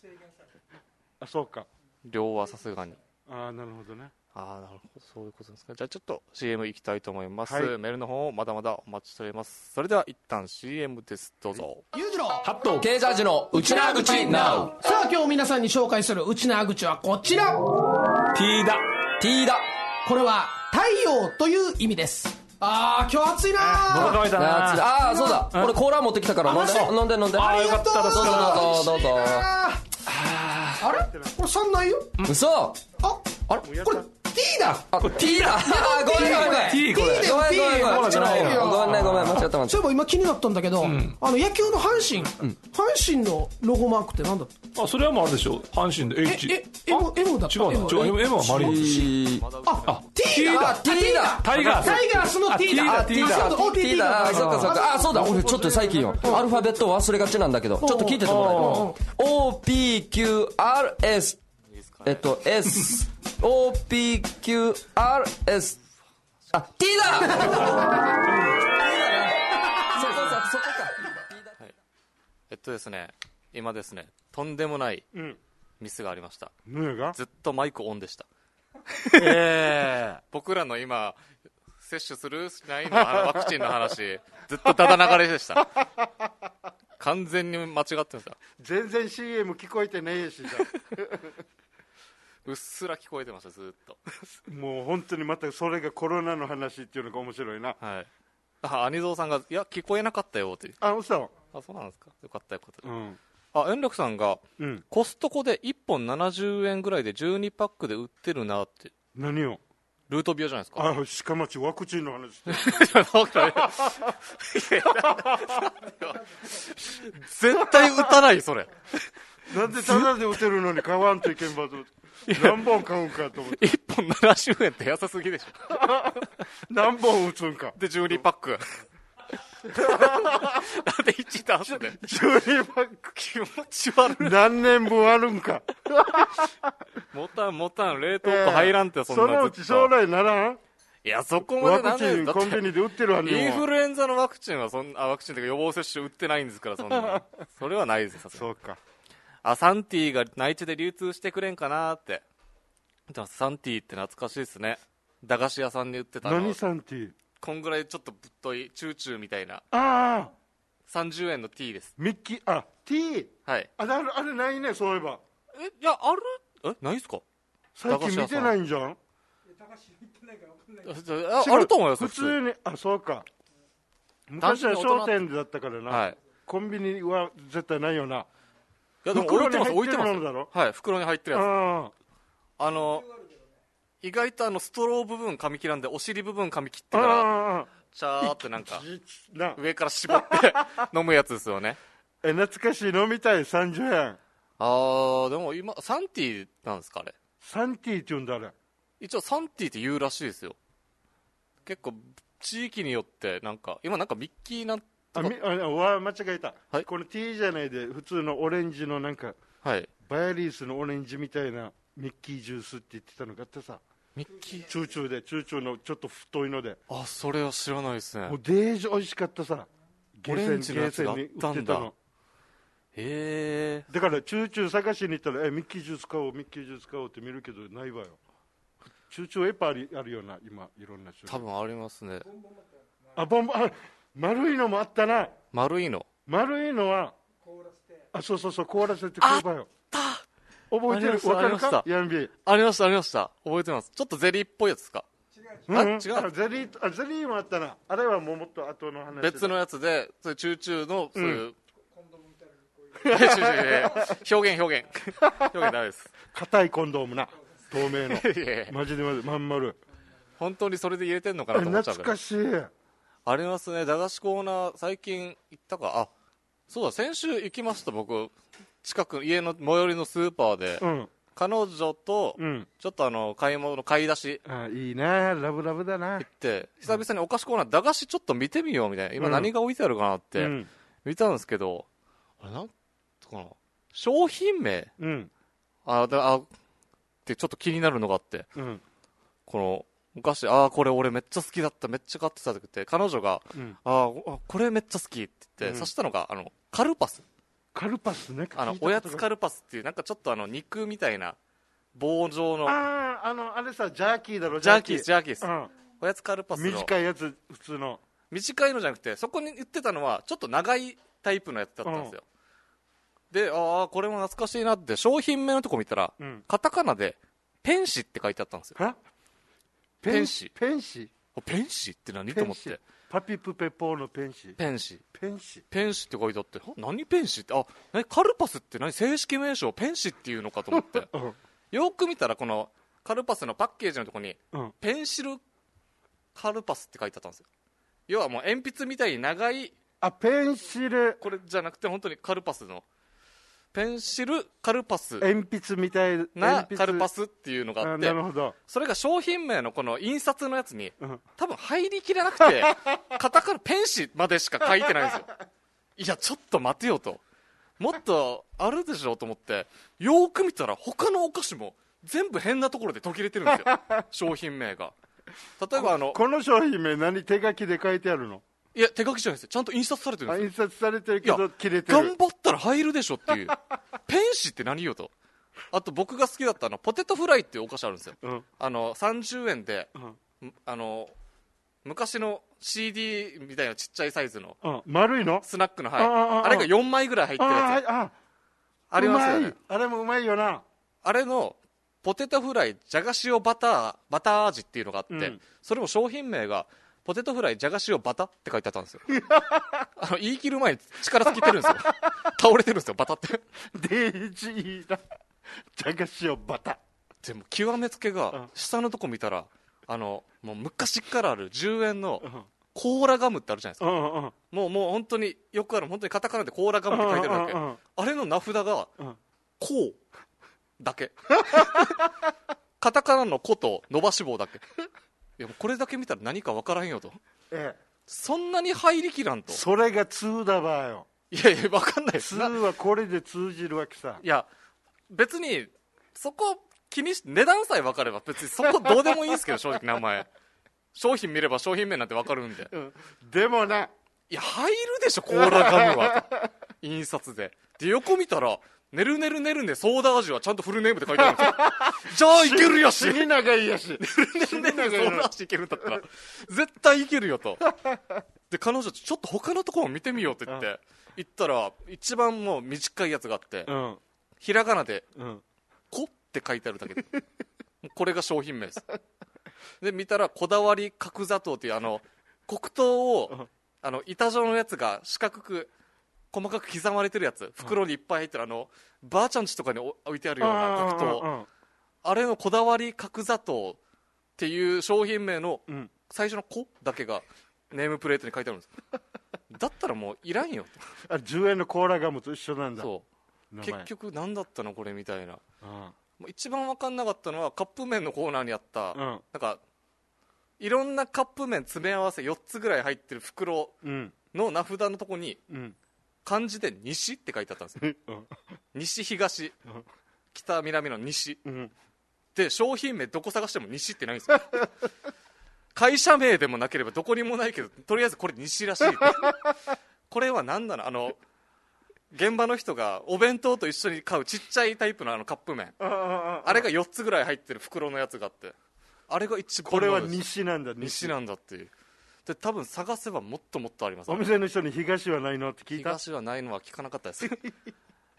[SPEAKER 5] 制限されてる
[SPEAKER 2] あそうか
[SPEAKER 1] 量はさすがに
[SPEAKER 2] あなるほどね
[SPEAKER 1] ああなるほどそういうことですかじゃあちょっと CM 行きたいと思います、
[SPEAKER 2] はい
[SPEAKER 1] メールの方をまだまだお待ちしておりますそれでは一旦 CM ですどうぞ、
[SPEAKER 6] ユージのハットケージャージのウチナーグチナウ
[SPEAKER 7] さあ今日皆さんに紹介するうちなあぐちはこちら
[SPEAKER 6] ティーダティーダ
[SPEAKER 7] これは太陽という意味ですあー今日暑いな
[SPEAKER 8] 喉
[SPEAKER 7] ー
[SPEAKER 8] 乾いた
[SPEAKER 7] あ
[SPEAKER 8] な
[SPEAKER 7] ー
[SPEAKER 6] ああそうだ俺コーラ持ってきたから飲ん
[SPEAKER 7] あマジ
[SPEAKER 6] で飲んで飲んで
[SPEAKER 7] ありがとう
[SPEAKER 6] どうぞどうぞどうぞ
[SPEAKER 7] あーあれこれ3ないよ
[SPEAKER 6] 嘘
[SPEAKER 7] ああれこれ T だ
[SPEAKER 6] あ、これ T だあーごめんごめんごめん
[SPEAKER 8] T これ
[SPEAKER 7] T だ
[SPEAKER 6] ご
[SPEAKER 7] よ
[SPEAKER 6] めん
[SPEAKER 7] T
[SPEAKER 6] ごめんごめん
[SPEAKER 7] こっちの方よ
[SPEAKER 6] ごめんねごめん間違った間違った
[SPEAKER 7] そういえば今気になったんだけど、あの野球の阪神、阪神のロゴマークってなんだっ
[SPEAKER 8] あそれはもうあれでしょ阪神で
[SPEAKER 7] え
[SPEAKER 8] H
[SPEAKER 7] え M,
[SPEAKER 8] あ
[SPEAKER 7] M だっ
[SPEAKER 8] 違
[SPEAKER 7] た
[SPEAKER 8] うな違う M はマリーンズ
[SPEAKER 6] T
[SPEAKER 7] あ T だ
[SPEAKER 6] あ T だ
[SPEAKER 8] タイガース
[SPEAKER 7] タイガースの T だ
[SPEAKER 6] あ T
[SPEAKER 7] あ
[SPEAKER 6] だ
[SPEAKER 7] T
[SPEAKER 6] T だあそっかそっかあそうだ俺ちょっと最近よアルファベット忘れがちなんだけどちょっと聞いててもらえる OPQRS えっと SOPQRS あ T だ T だね [LAUGHS] そこさそこか
[SPEAKER 1] えっとですね、今ですね、とんでもないミスがありました。
[SPEAKER 2] 胸が
[SPEAKER 1] ずっとマイクオンでした。えー [LAUGHS] 僕らの今、接種するしないのあのワクチンの話、ずっとただ流れでした。完全に間違ってました。
[SPEAKER 2] 全然 CM 聞こえてねえし
[SPEAKER 1] うっすら聞こえてました、ずーっと。
[SPEAKER 2] もう本当にまたそれがコロナの話っていうのが面白いな
[SPEAKER 1] はい。あ、アニゾウさんが、いや、聞こえなかったよっていう。
[SPEAKER 2] あ嘘
[SPEAKER 1] あ、そうなんですか。よかったよかった。
[SPEAKER 2] うん
[SPEAKER 1] あ、円楽さんが、
[SPEAKER 2] うん
[SPEAKER 1] コストコで1本70円ぐらいで12パックで売ってるなって、
[SPEAKER 2] 何を
[SPEAKER 1] ルートビアじゃないですか。
[SPEAKER 2] あ鹿町ワクチンの話してる
[SPEAKER 1] [LAUGHS] 絶対打たない、それ。
[SPEAKER 2] なんでタダで打てるのに買わんといけんばと思って何本買うんかと
[SPEAKER 1] [LAUGHS]
[SPEAKER 2] 思って
[SPEAKER 1] 1本70円って安すぎでしょ。
[SPEAKER 2] [LAUGHS] 何本打つんか
[SPEAKER 1] で、12パック。なんで1ダースで。
[SPEAKER 2] 12パック
[SPEAKER 1] 気持ち悪い。
[SPEAKER 2] 何年分あるんか
[SPEAKER 1] もたんもたん、冷凍庫入らんって、そんな
[SPEAKER 2] その
[SPEAKER 1] ずっ
[SPEAKER 2] う
[SPEAKER 1] と
[SPEAKER 2] ち将来ならん
[SPEAKER 1] いや、そこま
[SPEAKER 2] ワ
[SPEAKER 1] でなん
[SPEAKER 2] クチ
[SPEAKER 1] で
[SPEAKER 2] ン
[SPEAKER 1] だっ
[SPEAKER 2] コンビ
[SPEAKER 1] て
[SPEAKER 2] ニで売ってるわ
[SPEAKER 1] イン
[SPEAKER 2] ね
[SPEAKER 1] フルエンザのワクチンはそんな、あワクチンというか予防接種打ってないんですから、そんな。それはないですよ、さすがに
[SPEAKER 2] そうか
[SPEAKER 1] あ、サンティが内地で流通してくれんかなーって。でもサンティって懐かしいですね。駄菓子屋さんに売ってたの
[SPEAKER 2] [LAUGHS] 何。さんっていう
[SPEAKER 1] こんぐらいちょっとぶっとい、チューチューみたいな。
[SPEAKER 2] ああ
[SPEAKER 1] 30円のティーです。
[SPEAKER 2] ミッキーあ T
[SPEAKER 1] はい。
[SPEAKER 2] あれあれあれないねそういえば
[SPEAKER 1] え、いや、あるえ、ないっすか
[SPEAKER 2] 最近見てないんじゃん
[SPEAKER 5] 高橋言ってないから分かんない。
[SPEAKER 1] あああると思いますよ、
[SPEAKER 2] 普通にあそうか昔は商店だったからな、
[SPEAKER 1] はい。
[SPEAKER 2] コンビニは絶対ないよない
[SPEAKER 1] や、でも置いてます、
[SPEAKER 2] 袋
[SPEAKER 1] 置い
[SPEAKER 2] に入ってて
[SPEAKER 1] ます
[SPEAKER 2] るものだろ。
[SPEAKER 1] はい、袋に入ってるやつ。
[SPEAKER 2] あ
[SPEAKER 1] あの、意外とあの、ストロー部分噛み切らんで、お尻部分噛み切って
[SPEAKER 2] あ
[SPEAKER 1] から、
[SPEAKER 2] あ
[SPEAKER 1] チャーってなんか
[SPEAKER 2] あ、な
[SPEAKER 1] 上から絞って [LAUGHS] 飲むやつですよね。
[SPEAKER 2] え懐かしい飲みたい30円
[SPEAKER 1] あー、でも今、サンティなんですか、あれ。
[SPEAKER 2] サンティーって言うんだあれ
[SPEAKER 1] 一応サンティって言うらしいですよ結構地域によってなんか今なんかミッキーなん
[SPEAKER 2] あみあうわ間違えた、
[SPEAKER 1] はい
[SPEAKER 2] この T じゃないで普通のオレンジのなんか
[SPEAKER 1] はい
[SPEAKER 2] バイアリースのオレンジみたいなミッキージュースって言ってたのがあってさ
[SPEAKER 1] ミッキー
[SPEAKER 2] チューチューでチューチューのちょっと太いので
[SPEAKER 1] あそれは知らないですね
[SPEAKER 2] もうデージ美味しかったさゲーセン
[SPEAKER 1] オレンジのやつがあったんだ
[SPEAKER 2] ゲーセンに売っての
[SPEAKER 1] へえ
[SPEAKER 2] だからチューチュー探しに行ったら「えミッキージュース買おうミッキージュース買おう」って見るけどないわよチューチューエパーありあるような今いろんな種類
[SPEAKER 1] 多分ありますね
[SPEAKER 2] あボンボンあ丸いのもあったな
[SPEAKER 1] 丸いの
[SPEAKER 2] 丸いのはあそうそうそう凍らせて買えばよ覚えて
[SPEAKER 1] ありまし
[SPEAKER 2] る
[SPEAKER 1] た
[SPEAKER 2] わかる
[SPEAKER 1] ありま
[SPEAKER 2] か
[SPEAKER 1] した
[SPEAKER 2] ヤンビー
[SPEAKER 1] ありましたありました覚えてますちょっとゼリーっぽいやつですか
[SPEAKER 2] うん
[SPEAKER 1] あ
[SPEAKER 2] うん
[SPEAKER 1] 違う
[SPEAKER 2] ゼリーとあゼリーもあったなあれはもうもっと後の話だ
[SPEAKER 1] 別のやつでそれチューチューのそういう、 [LAUGHS] 表現表現表現ダメです
[SPEAKER 2] 硬いコンドームな透明
[SPEAKER 1] [LAUGHS]
[SPEAKER 2] の
[SPEAKER 1] いやいや
[SPEAKER 2] マジでマジでまん丸
[SPEAKER 1] 本当にそれで入れてんのかな
[SPEAKER 2] え
[SPEAKER 1] と思っちゃう
[SPEAKER 2] 懐
[SPEAKER 1] ぐら
[SPEAKER 2] か
[SPEAKER 1] い
[SPEAKER 2] しい
[SPEAKER 1] ありますね駄菓子コーナー最近行ったかあそうだ先週行きました僕近く家の最寄りのスーパーで、
[SPEAKER 2] うん
[SPEAKER 1] 彼女と、
[SPEAKER 2] うん
[SPEAKER 1] ちょっとあの買い物の買い出し
[SPEAKER 2] あいいなラブラブだな
[SPEAKER 1] 行って久々にお菓子コーナー駄菓子ちょっと見てみようみたいな今
[SPEAKER 2] うん
[SPEAKER 1] 何が置いてあるかなって、
[SPEAKER 2] うん
[SPEAKER 1] 見たんですけどあれなんとかな商品名
[SPEAKER 2] うん
[SPEAKER 1] あだあってちょっと気になるのがあって
[SPEAKER 2] うん
[SPEAKER 1] このお菓子ああこれ俺めっちゃ好きだっためっちゃ買ってたって言って彼女が、
[SPEAKER 2] うん
[SPEAKER 1] あーあこれめっちゃ好きって言って、
[SPEAKER 2] うん
[SPEAKER 1] 刺したのがあのカルパス
[SPEAKER 2] カルパスね
[SPEAKER 1] あのおやつカル
[SPEAKER 2] ル
[SPEAKER 1] パスっていうなんかちょっとあの肉みたいな棒状の
[SPEAKER 2] あああのあれさジャーキーだろ
[SPEAKER 1] ジャーキーですジャーキーです、
[SPEAKER 2] う
[SPEAKER 1] おやつカルパス
[SPEAKER 2] ん
[SPEAKER 1] の短い
[SPEAKER 2] 短いやつ普通の
[SPEAKER 1] のじゃなくてそこに売ってたのはちょっと長いタイプのやつだったんですよ、でああこれも懐かしいなって商品名のとこ見たら、
[SPEAKER 2] うん
[SPEAKER 1] カタカナでペンシって書いてあったんですよ
[SPEAKER 2] は
[SPEAKER 1] ペンシ
[SPEAKER 2] ペンシ
[SPEAKER 1] ペンシって何
[SPEAKER 2] ペ
[SPEAKER 1] と
[SPEAKER 2] ン
[SPEAKER 1] 思っ
[SPEAKER 2] シ
[SPEAKER 1] て
[SPEAKER 2] パピプペポーのペンシ
[SPEAKER 1] ペンシ
[SPEAKER 2] ペンシ
[SPEAKER 1] ペンシって書いてあっては何ペンシってあ何カルパスって何正式名称ペンシっていうのかと思
[SPEAKER 2] [LAUGHS]
[SPEAKER 1] って
[SPEAKER 2] ん
[SPEAKER 1] よく見たらこのカルパスのパッケージのとこに
[SPEAKER 2] うん
[SPEAKER 1] ペンシルカルパスって書いてあったんですよ要はもう鉛筆みたいに長い
[SPEAKER 2] あペンシル
[SPEAKER 1] これじゃなくて本当にカルパスのペンシルカルパス
[SPEAKER 2] 鉛筆みたい
[SPEAKER 1] な
[SPEAKER 2] 鉛筆
[SPEAKER 1] カルパスっていうのがあ
[SPEAKER 2] あ
[SPEAKER 1] って
[SPEAKER 2] なるほど
[SPEAKER 1] それが商品名のこの印刷のやつに
[SPEAKER 2] うん
[SPEAKER 1] 多分入りきれなく
[SPEAKER 2] [LAUGHS]
[SPEAKER 1] てカタカナペンシまでしか書いてないんですよいやちょっと待てよともっとあるでしょと思ってよーく見たら他のお菓子も全部変なところで途切れてるんですよ
[SPEAKER 2] [LAUGHS]
[SPEAKER 1] 商品名が例えばあの
[SPEAKER 2] この商品名何手書きで書いてあるの
[SPEAKER 1] いや手書きじゃないですよちゃんと印刷されてるん
[SPEAKER 2] あ
[SPEAKER 1] ですよ
[SPEAKER 2] 印刷されてる
[SPEAKER 1] い
[SPEAKER 2] け
[SPEAKER 1] や
[SPEAKER 2] ど切れて
[SPEAKER 1] 頑
[SPEAKER 2] る
[SPEAKER 1] 張ったら入るでしょっていうペンシって何よとあと僕が好きだったあのポテトフライっていうお菓子あるんですよ
[SPEAKER 2] うん
[SPEAKER 1] あの30円で、
[SPEAKER 2] う
[SPEAKER 1] あの昔の CD みたいなちっちゃいサイズの
[SPEAKER 2] うん丸いの
[SPEAKER 1] スナックの、はい、
[SPEAKER 2] あああ
[SPEAKER 1] あれが4枚ぐらい入って
[SPEAKER 2] あ
[SPEAKER 1] るやつ
[SPEAKER 2] はいあ
[SPEAKER 1] ありますよ
[SPEAKER 2] うま
[SPEAKER 1] ね
[SPEAKER 2] いあれもうまいよな
[SPEAKER 1] あれのポテトフライじゃが塩バターバター味っていうのがあって、
[SPEAKER 2] うん
[SPEAKER 1] それも商品名がポテトフライじゃが塩バタって書いてあったんですよ [LAUGHS] あの言い切る前に力尽きてるん
[SPEAKER 2] [LAUGHS]
[SPEAKER 1] ですよ倒れてるんですよバタって
[SPEAKER 2] デイジーだじゃが塩バタ
[SPEAKER 1] でも極めつけ
[SPEAKER 2] うん
[SPEAKER 1] が下のとこ見たらあのもう昔からある10円の
[SPEAKER 2] ん
[SPEAKER 1] コーラガムってあるじゃないです
[SPEAKER 2] う
[SPEAKER 1] か
[SPEAKER 2] んうん
[SPEAKER 1] もうもう本当によくある本当にカタカナでコーラガムって書いてあるだけ
[SPEAKER 2] うんうんうん
[SPEAKER 1] あれの名札が
[SPEAKER 2] うん
[SPEAKER 1] 「こう」だ
[SPEAKER 2] [LAUGHS]
[SPEAKER 1] けカタカナの「こと」伸ばし棒だけいやもうこれだけ見たら何か分からへんよと
[SPEAKER 2] ええ
[SPEAKER 1] そんなに入りきらんと
[SPEAKER 2] それが通だわよ
[SPEAKER 1] いやいや分かんないです
[SPEAKER 2] 通
[SPEAKER 1] な
[SPEAKER 2] はこれで通じるわけさ
[SPEAKER 1] いや別にそこ気にし値段さえ分かれば別にそこどうでもいいんですけど正直名前商品見れば商品名なんて分かるんで
[SPEAKER 2] でもない
[SPEAKER 1] や入るでしょコーラガムはと印刷でで横見たら「ねるねるねるねソーダ味はちゃんとフルネームで書いてあるんですよじゃあいけるやし [LAUGHS]
[SPEAKER 2] 死に長いやし
[SPEAKER 1] 死んでるそんな話いけるんだったら絶対いけるよとで彼女ちょっと他のところも見てみようって言って行ったら一番もう短いやつがあって
[SPEAKER 2] うん
[SPEAKER 1] ひらがなで
[SPEAKER 2] うん
[SPEAKER 1] 「こ」って書いてあるだけでもうこれが商品名ですで見たらこだわり角砂糖っていうあの黒糖をあの板状のやつが四角く細かく刻まれてるやつ袋にいっぱい入ってるあのばあちゃんちとかにお置いてあるような黒糖あれのこだわり角砂糖っていう商品名の
[SPEAKER 2] うんうん
[SPEAKER 1] 最初の「こ」だけがネームプレートに書いてあるんですだったらもういらんよ
[SPEAKER 2] あ10円のコーラガムと一緒なんだ
[SPEAKER 1] とそう
[SPEAKER 2] 名前
[SPEAKER 1] 結局何だったのこれみたいな
[SPEAKER 2] うん
[SPEAKER 1] もう一番分かんなかったのはカップ麺のコーナーにあった、
[SPEAKER 2] う
[SPEAKER 1] なん
[SPEAKER 2] ん
[SPEAKER 1] かいろんなカップ麺詰め合わせ4つぐらい入ってる袋
[SPEAKER 2] うん
[SPEAKER 1] の名札のとこに
[SPEAKER 2] うん
[SPEAKER 1] 漢字で「西」って書いてあったんです
[SPEAKER 2] [LAUGHS]
[SPEAKER 1] よ西東北南の西
[SPEAKER 2] うん
[SPEAKER 1] で商品名どこ探しても西ってないんですよ [LAUGHS] 会社名でもなければどこにもないけどとりあえずこれ西らしいって [LAUGHS] これは何なのあの現場の人がお弁当と一緒に買うちっちゃいタイプのあのカップ麺
[SPEAKER 2] あ
[SPEAKER 1] あれが4つぐらい入ってる袋のやつがあってあれが一番
[SPEAKER 2] これは
[SPEAKER 1] まだです
[SPEAKER 2] 西なんだ
[SPEAKER 1] 西なんだっていうで多分探せばもっともっとあります、
[SPEAKER 2] お店の人に東はないのって聞いた
[SPEAKER 1] 東はないのは聞かなか
[SPEAKER 2] [LAUGHS]
[SPEAKER 1] ったです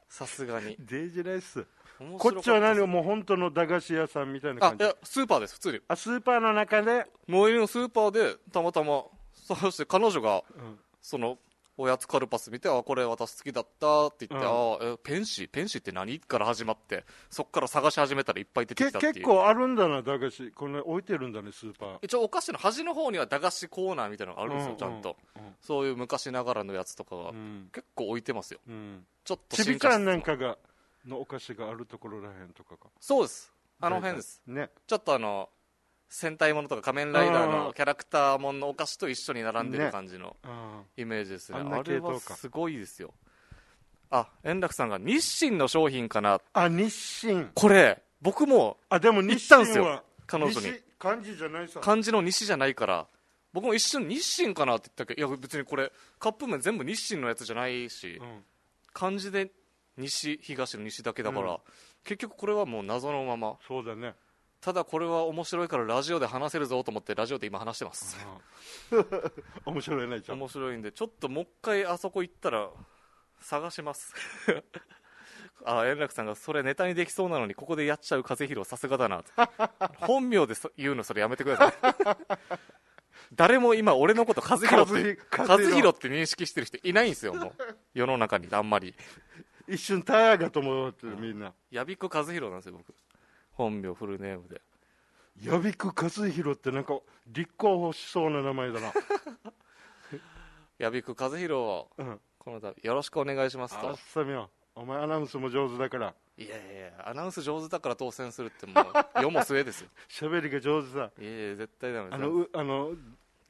[SPEAKER 1] さすがに
[SPEAKER 2] デイジライス
[SPEAKER 1] 面白
[SPEAKER 2] こ
[SPEAKER 1] か
[SPEAKER 2] っち
[SPEAKER 1] た
[SPEAKER 2] は
[SPEAKER 1] です
[SPEAKER 2] 何もう本当の駄菓子屋さんみたいな
[SPEAKER 1] あ
[SPEAKER 2] 感
[SPEAKER 1] い
[SPEAKER 2] じ
[SPEAKER 1] やスーパーです普通に
[SPEAKER 2] あスーパーの中で
[SPEAKER 1] 最寄りのスーパーでたまたま [LAUGHS] そして彼女が、そのおやつカルパス見てあこれ私好きだったって言って、あえペンシペンシって何から始まってそこから探し始めたらいっぱい出て
[SPEAKER 2] け
[SPEAKER 1] きたっていう
[SPEAKER 2] 結構あるんだな駄菓子これ置いてるんだねスーパー
[SPEAKER 1] 一応お菓子の端の方には駄菓子コーナーみたいなのがあるんですよ、
[SPEAKER 2] うん
[SPEAKER 1] ちゃんと、そういう昔ながらのやつとかが
[SPEAKER 2] ん
[SPEAKER 1] 結構置いてますよ、
[SPEAKER 2] うん
[SPEAKER 1] ちょっと
[SPEAKER 2] ち
[SPEAKER 1] 進
[SPEAKER 2] び
[SPEAKER 1] 化
[SPEAKER 2] ち
[SPEAKER 1] し
[SPEAKER 2] ゃ
[SPEAKER 1] つつ
[SPEAKER 2] ん
[SPEAKER 1] も
[SPEAKER 2] なんかがのお菓子があるところらへんとかか
[SPEAKER 1] そうですあの辺です
[SPEAKER 2] ね
[SPEAKER 1] ちょっとあの戦隊ものとか仮面ライダーのキャラクターもんのお菓子と一緒に並んでる
[SPEAKER 2] ね
[SPEAKER 1] 感じの
[SPEAKER 2] あ
[SPEAKER 1] イメージですね
[SPEAKER 2] あん
[SPEAKER 1] あ
[SPEAKER 2] な系
[SPEAKER 1] れ
[SPEAKER 2] 統か
[SPEAKER 1] はすごいですよあ円楽さんが日清の商品かな
[SPEAKER 2] あ日清
[SPEAKER 1] これ僕も
[SPEAKER 2] あでも日清
[SPEAKER 1] 行ったんす
[SPEAKER 2] は
[SPEAKER 1] よ彼女に
[SPEAKER 2] 日漢字じゃないさ
[SPEAKER 1] 漢字の西じゃないから僕も一瞬日清かなって言ったけどいや別にこれカップ麺全部日清のやつじゃないし、
[SPEAKER 2] ん
[SPEAKER 1] 漢字で西東の西だけだから、
[SPEAKER 2] うん
[SPEAKER 1] 結局これはもう謎のまま
[SPEAKER 2] そうだね
[SPEAKER 1] ただこれは面白いからラジオで話せるぞと思ってラジオで今話してます、
[SPEAKER 2] 面白いねじゃん
[SPEAKER 1] 面白いんでちょっともう一回あそこ行ったら探しますあ円楽さんがそれネタにできそうなのにここでやっちゃう風広さすがだなと本名でそ言うのそれやめてください誰も今俺のこと風広って
[SPEAKER 2] 和
[SPEAKER 1] 和
[SPEAKER 2] 弘
[SPEAKER 1] 弘って認識してる人いないんですよもう世の中にあんまり
[SPEAKER 2] 一瞬タヤがと思ってるみんな
[SPEAKER 1] やびっこ和弘なんですよ僕本名フルネームで
[SPEAKER 2] やびく和弘ってなんか立候補しそうな名前
[SPEAKER 1] [LAUGHS]
[SPEAKER 2] だな
[SPEAKER 1] やびっこ和弘、
[SPEAKER 2] うん
[SPEAKER 1] この度よろしくお願いします
[SPEAKER 2] あ
[SPEAKER 1] と
[SPEAKER 2] っさみはお前アナウンスも上手だから
[SPEAKER 1] いやいやいやアナウンス上手だから当選するってもう [LAUGHS] 世も末ですよ
[SPEAKER 2] 喋りが上手だ
[SPEAKER 1] いやいや絶対ダメで
[SPEAKER 2] あ
[SPEAKER 1] す
[SPEAKER 2] のうあの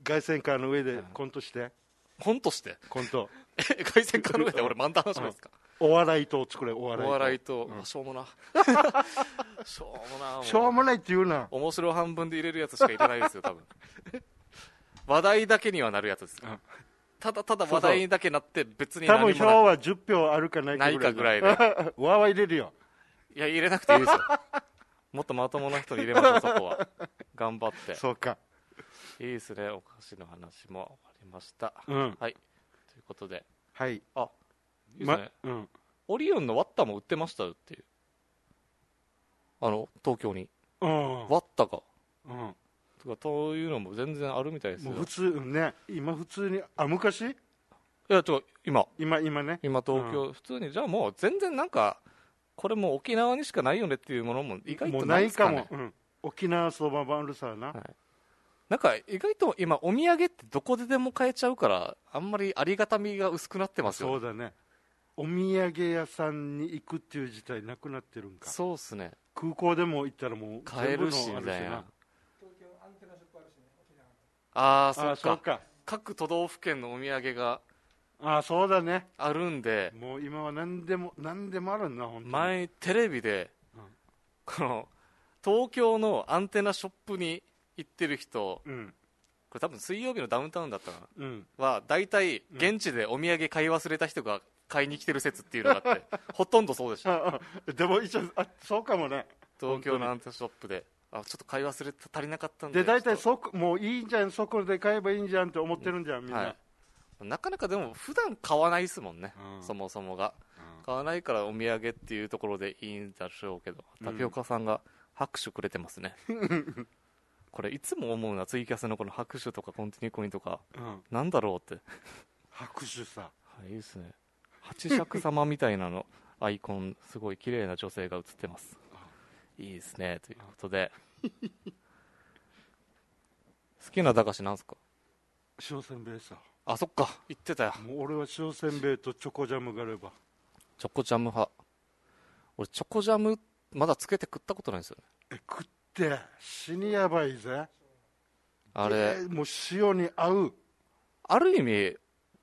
[SPEAKER 2] 凱旋カーの上でコントして
[SPEAKER 1] コントして [LAUGHS]
[SPEAKER 2] コント
[SPEAKER 1] え凱旋可能で俺漫談話しますか
[SPEAKER 2] お笑いと作れお笑い
[SPEAKER 1] お
[SPEAKER 2] と
[SPEAKER 1] 笑いと、あしょう
[SPEAKER 2] [LAUGHS]
[SPEAKER 1] もなしょうもなもう
[SPEAKER 2] しょうもないって言うな
[SPEAKER 1] 面白半分で入れるやつしかいらないですよ多分話題だけにはなるやつです、
[SPEAKER 2] ん
[SPEAKER 1] ただただ話題だけなって別に
[SPEAKER 2] 多
[SPEAKER 1] 何
[SPEAKER 2] 分
[SPEAKER 1] も
[SPEAKER 2] 票
[SPEAKER 1] な
[SPEAKER 2] は10票あるかない
[SPEAKER 1] ないか
[SPEAKER 2] か
[SPEAKER 1] ぐ
[SPEAKER 2] ぐ
[SPEAKER 1] ら
[SPEAKER 2] ら
[SPEAKER 1] い
[SPEAKER 2] い
[SPEAKER 1] で
[SPEAKER 2] でわーわー入れるよ
[SPEAKER 1] いや入れなくていいですよもっとまともな人に入れましょうそこは頑張って
[SPEAKER 2] そうか
[SPEAKER 1] いいですねお菓子の話もありました、
[SPEAKER 2] うん
[SPEAKER 1] はいということで
[SPEAKER 2] はい
[SPEAKER 1] あいいですね、
[SPEAKER 2] まうん
[SPEAKER 1] オリオンのワッタも売ってましたよっていうあの東京に
[SPEAKER 2] うん
[SPEAKER 1] ワッタが
[SPEAKER 2] うんも
[SPEAKER 1] とかそういうのも全然あるみたいですよ
[SPEAKER 2] う普通ね今普通にあ昔
[SPEAKER 1] いやちょ今
[SPEAKER 2] 今今ね
[SPEAKER 1] 今東京、普通にじゃあもう全然なんかこれもう沖縄にしかないよねっていうものも意外
[SPEAKER 2] も
[SPEAKER 1] と
[SPEAKER 2] う
[SPEAKER 1] な
[SPEAKER 2] ない
[SPEAKER 1] で
[SPEAKER 2] い
[SPEAKER 1] すか,、
[SPEAKER 2] か
[SPEAKER 1] ね、
[SPEAKER 2] もうん沖縄そばもあるさな
[SPEAKER 1] はいなんか意外と今お土産ってどこででも買えちゃうからあんまりありがたみが薄くなってますよ
[SPEAKER 2] そうだねお土産屋さんに行くっていう事態なくなってるんか
[SPEAKER 1] そうっすね
[SPEAKER 2] 空港でも行ったらもう
[SPEAKER 1] 買えるし
[SPEAKER 2] 全部のあ
[SPEAKER 1] みたいな
[SPEAKER 5] 東京アンテナショップあるしね沖縄
[SPEAKER 1] ああ
[SPEAKER 2] あ
[SPEAKER 1] そ
[SPEAKER 2] ー
[SPEAKER 1] っ
[SPEAKER 2] そ
[SPEAKER 1] か
[SPEAKER 2] うか
[SPEAKER 1] 各都道府県のお土産が
[SPEAKER 2] あーそうだね
[SPEAKER 1] あるんで
[SPEAKER 2] もう今は何でも何でもあるな本当に
[SPEAKER 1] 前テレビで、この東京のアンテナショップに行ってる人
[SPEAKER 2] うん
[SPEAKER 1] これ多分水曜日のダウンタウンだったかな
[SPEAKER 2] うん
[SPEAKER 1] は大体現地でお土産買い忘れた人が買いに来てる説っていうのが [LAUGHS] あってほとんどそうでした
[SPEAKER 2] ああでも一応あそうかもね
[SPEAKER 1] 東京のアンテナショップであちょっと買い忘れた足りなかったんで
[SPEAKER 2] で大体
[SPEAKER 1] ちょ
[SPEAKER 2] そこもういいじゃんそこで買えばいいんじゃんって思ってるんじゃんみ
[SPEAKER 1] っ
[SPEAKER 2] ん
[SPEAKER 1] と
[SPEAKER 2] な、
[SPEAKER 1] はい、なかなかでも普段買わないですもんね、
[SPEAKER 2] うん
[SPEAKER 1] そもそもが、買わないからお土産っていうところでいいんだろうけどタピオカさんが拍手くれてます
[SPEAKER 2] [LAUGHS]
[SPEAKER 1] ね、これいつも思うなツイキャスのこの拍手とかコンティニューコインとか
[SPEAKER 2] うん、
[SPEAKER 1] なんだろうって
[SPEAKER 2] 拍手さ
[SPEAKER 1] はい、いいですね。八尺様みたいなのアイコン、すごい綺麗な女性が映ってます。いいですね、ということで。好きな駄菓子なんすか
[SPEAKER 2] 塩せんべいさ
[SPEAKER 1] あ、そっか、言ってたよ。
[SPEAKER 2] もう俺は塩せんべいとチョコジャムがあれば
[SPEAKER 1] チョコジャム派。俺、チョコジャム、まだつけて食ったことないんですよね。
[SPEAKER 2] え食って死にやばいぜ
[SPEAKER 1] あれ、
[SPEAKER 2] えもう塩に合う
[SPEAKER 1] ある意味、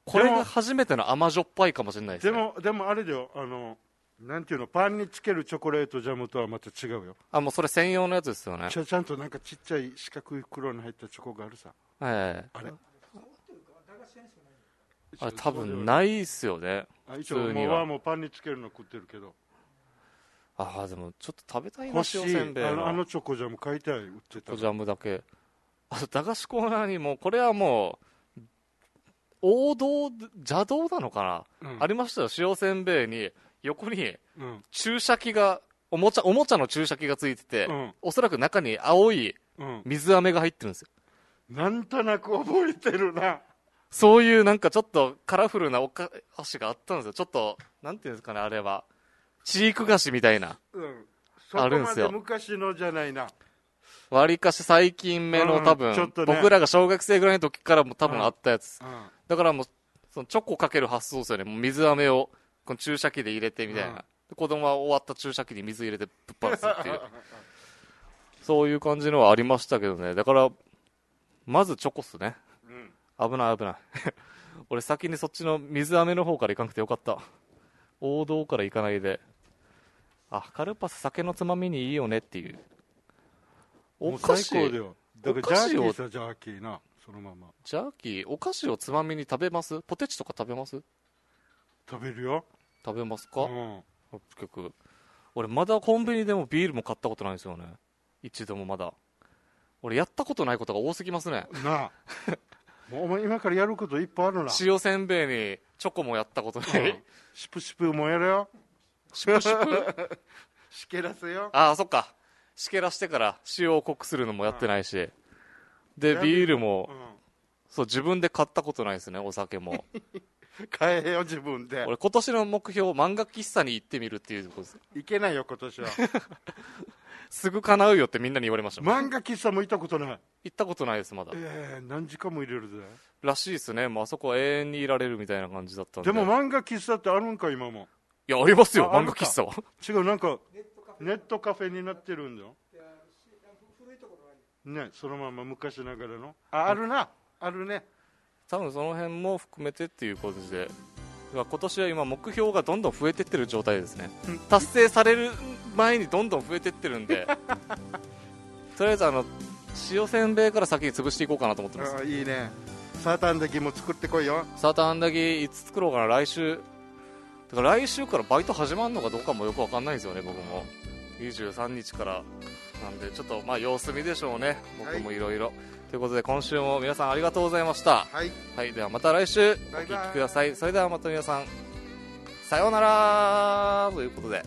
[SPEAKER 1] これ
[SPEAKER 2] で
[SPEAKER 1] が
[SPEAKER 2] も
[SPEAKER 1] 初めての甘じょっぱいかもしれないです、
[SPEAKER 2] で
[SPEAKER 1] ね。、
[SPEAKER 2] もでもあれだよあのなんていうのパンにつけるチョコレートジャムとはまた違うよ
[SPEAKER 1] あ、もうそれ専用のやつですよね。
[SPEAKER 2] ちゃちゃんとなんかちっちゃい四角い袋に入ったチョコがあるさ
[SPEAKER 1] ええ
[SPEAKER 2] あれ
[SPEAKER 1] あれ、多分ないっすよね。
[SPEAKER 2] あ
[SPEAKER 1] 普
[SPEAKER 2] 一
[SPEAKER 1] 通に
[SPEAKER 2] 応もう
[SPEAKER 1] は
[SPEAKER 2] は。もうパンにつけるの食ってるけど
[SPEAKER 1] ああ、でも、ちょっと食べたいな、
[SPEAKER 2] 欲
[SPEAKER 1] 塩
[SPEAKER 2] しい
[SPEAKER 1] せんべいの
[SPEAKER 2] あのあのチョコジャム買いたい売ってた
[SPEAKER 1] ジャムだけ。あと、駄菓子コーナーにも、これはもう、王道、邪道なのかな、
[SPEAKER 2] うん
[SPEAKER 1] ありましたよ、塩せんべいに、横に
[SPEAKER 2] うん
[SPEAKER 1] 注射器が、おもちゃ、おもちゃの注射器がついてて、
[SPEAKER 2] うん
[SPEAKER 1] おそらく中に青い
[SPEAKER 2] うん
[SPEAKER 1] 水飴が入ってるんですよ。
[SPEAKER 2] なんとなく覚えてるな
[SPEAKER 1] そういうなんかちょっとカラフルなお菓子があったんですよ。ちょっと、なんていうんですかね、あれは。チーク菓子みたいな。
[SPEAKER 2] うんそ
[SPEAKER 1] あ
[SPEAKER 2] こ
[SPEAKER 1] るん
[SPEAKER 2] ます
[SPEAKER 1] よ
[SPEAKER 2] で昔のじゃないな
[SPEAKER 1] わりかし最近目の多
[SPEAKER 2] うん
[SPEAKER 1] 分、
[SPEAKER 2] ちょっとね
[SPEAKER 1] 僕らが小学生ぐらいの時からも多分あったやつ。
[SPEAKER 2] うん
[SPEAKER 1] だからもう、そのチョコかける発想ですよね。もう水飴を、この注射器で入れてみたいな。
[SPEAKER 2] うん
[SPEAKER 1] で子供は終わった注射器に水入れてぶっ放すっていう。そういう感じのはありましたけどね。だから、まずチョコっすね。危ない危ない。 [LAUGHS] 俺先にそっちの水飴の方から行かなくてよかった。王道から行かないで。あ、カルパス酒のつまみにいいよねっていう。お
[SPEAKER 2] もう
[SPEAKER 1] 菓子、
[SPEAKER 2] 最高だよだか
[SPEAKER 1] お菓
[SPEAKER 2] ら
[SPEAKER 1] 子
[SPEAKER 2] ジャー
[SPEAKER 1] を
[SPEAKER 2] キーさジャーキーなそのまま
[SPEAKER 1] ジャーキー、お菓子をつまみに食べますポテチとか食べます
[SPEAKER 2] 食べるよ
[SPEAKER 1] 食べます
[SPEAKER 2] う
[SPEAKER 1] か、
[SPEAKER 2] ん
[SPEAKER 1] 結局俺まだコンビニでもビールも買ったことないんですよね一度もまだ俺やったことないことが多すぎます [LAUGHS] ね
[SPEAKER 2] なあ [LAUGHS] もうお前今からやることいっぱいあるな
[SPEAKER 1] 塩せんべいにチョコもやったことない、
[SPEAKER 2] シュプシュプもやれよ [LAUGHS] しけらせよ
[SPEAKER 1] ああ、そっか。しけらしてから塩を濃くするのもやってないし。で、
[SPEAKER 2] うん
[SPEAKER 1] ビールも
[SPEAKER 2] う、ん
[SPEAKER 1] そう、自分で買ったことないですね、お酒も。
[SPEAKER 2] 変えよう自分で
[SPEAKER 1] 俺、今年の目標、漫画喫茶に行ってみるっていうことです。
[SPEAKER 2] いけないよ今 [LAUGHS] 年は
[SPEAKER 1] すぐ叶うよってみんなに言われましたもん。
[SPEAKER 2] 漫画喫茶も行ったことない
[SPEAKER 1] 行ったことないです、まだ。
[SPEAKER 2] ええ何時間も入れるぜ
[SPEAKER 1] らしいですね。もうあそこは永遠にいられるみたいな感じだったんで。
[SPEAKER 2] でも漫画喫茶ってあるんか今も
[SPEAKER 1] いや、ありますよ、
[SPEAKER 2] ああ
[SPEAKER 1] 漫
[SPEAKER 2] る
[SPEAKER 1] 画
[SPEAKER 2] か
[SPEAKER 1] 喫茶は。
[SPEAKER 2] 違うなんかネットカフェになってるんだよねそのまま昔ながらのああるなあるね
[SPEAKER 1] 多分その辺も含めてっていうことで、まあ今年は今、目標がどんどん増えてってる状態ですね、達成される前にどんどん増えてってるんで、とりあえずあの塩せんべいから先に潰していこうかなと思ってます
[SPEAKER 2] あ、いいねサーターアンダギーも作ってこいよ
[SPEAKER 1] サーターアンダギーいつ作ろうかな、来週、だから来週からバイト始まるのかどうかもよくわかんないんですよね、僕も、23日からなんで、ちょっとまあ様子見でしょうね、僕もいろいろ。ということで、今週も皆さんありがとうございました。
[SPEAKER 2] はい
[SPEAKER 1] はい、ではまた来週お
[SPEAKER 2] バ
[SPEAKER 1] 聞
[SPEAKER 2] イバイ
[SPEAKER 1] きください。それではまた皆さん、さようならということで。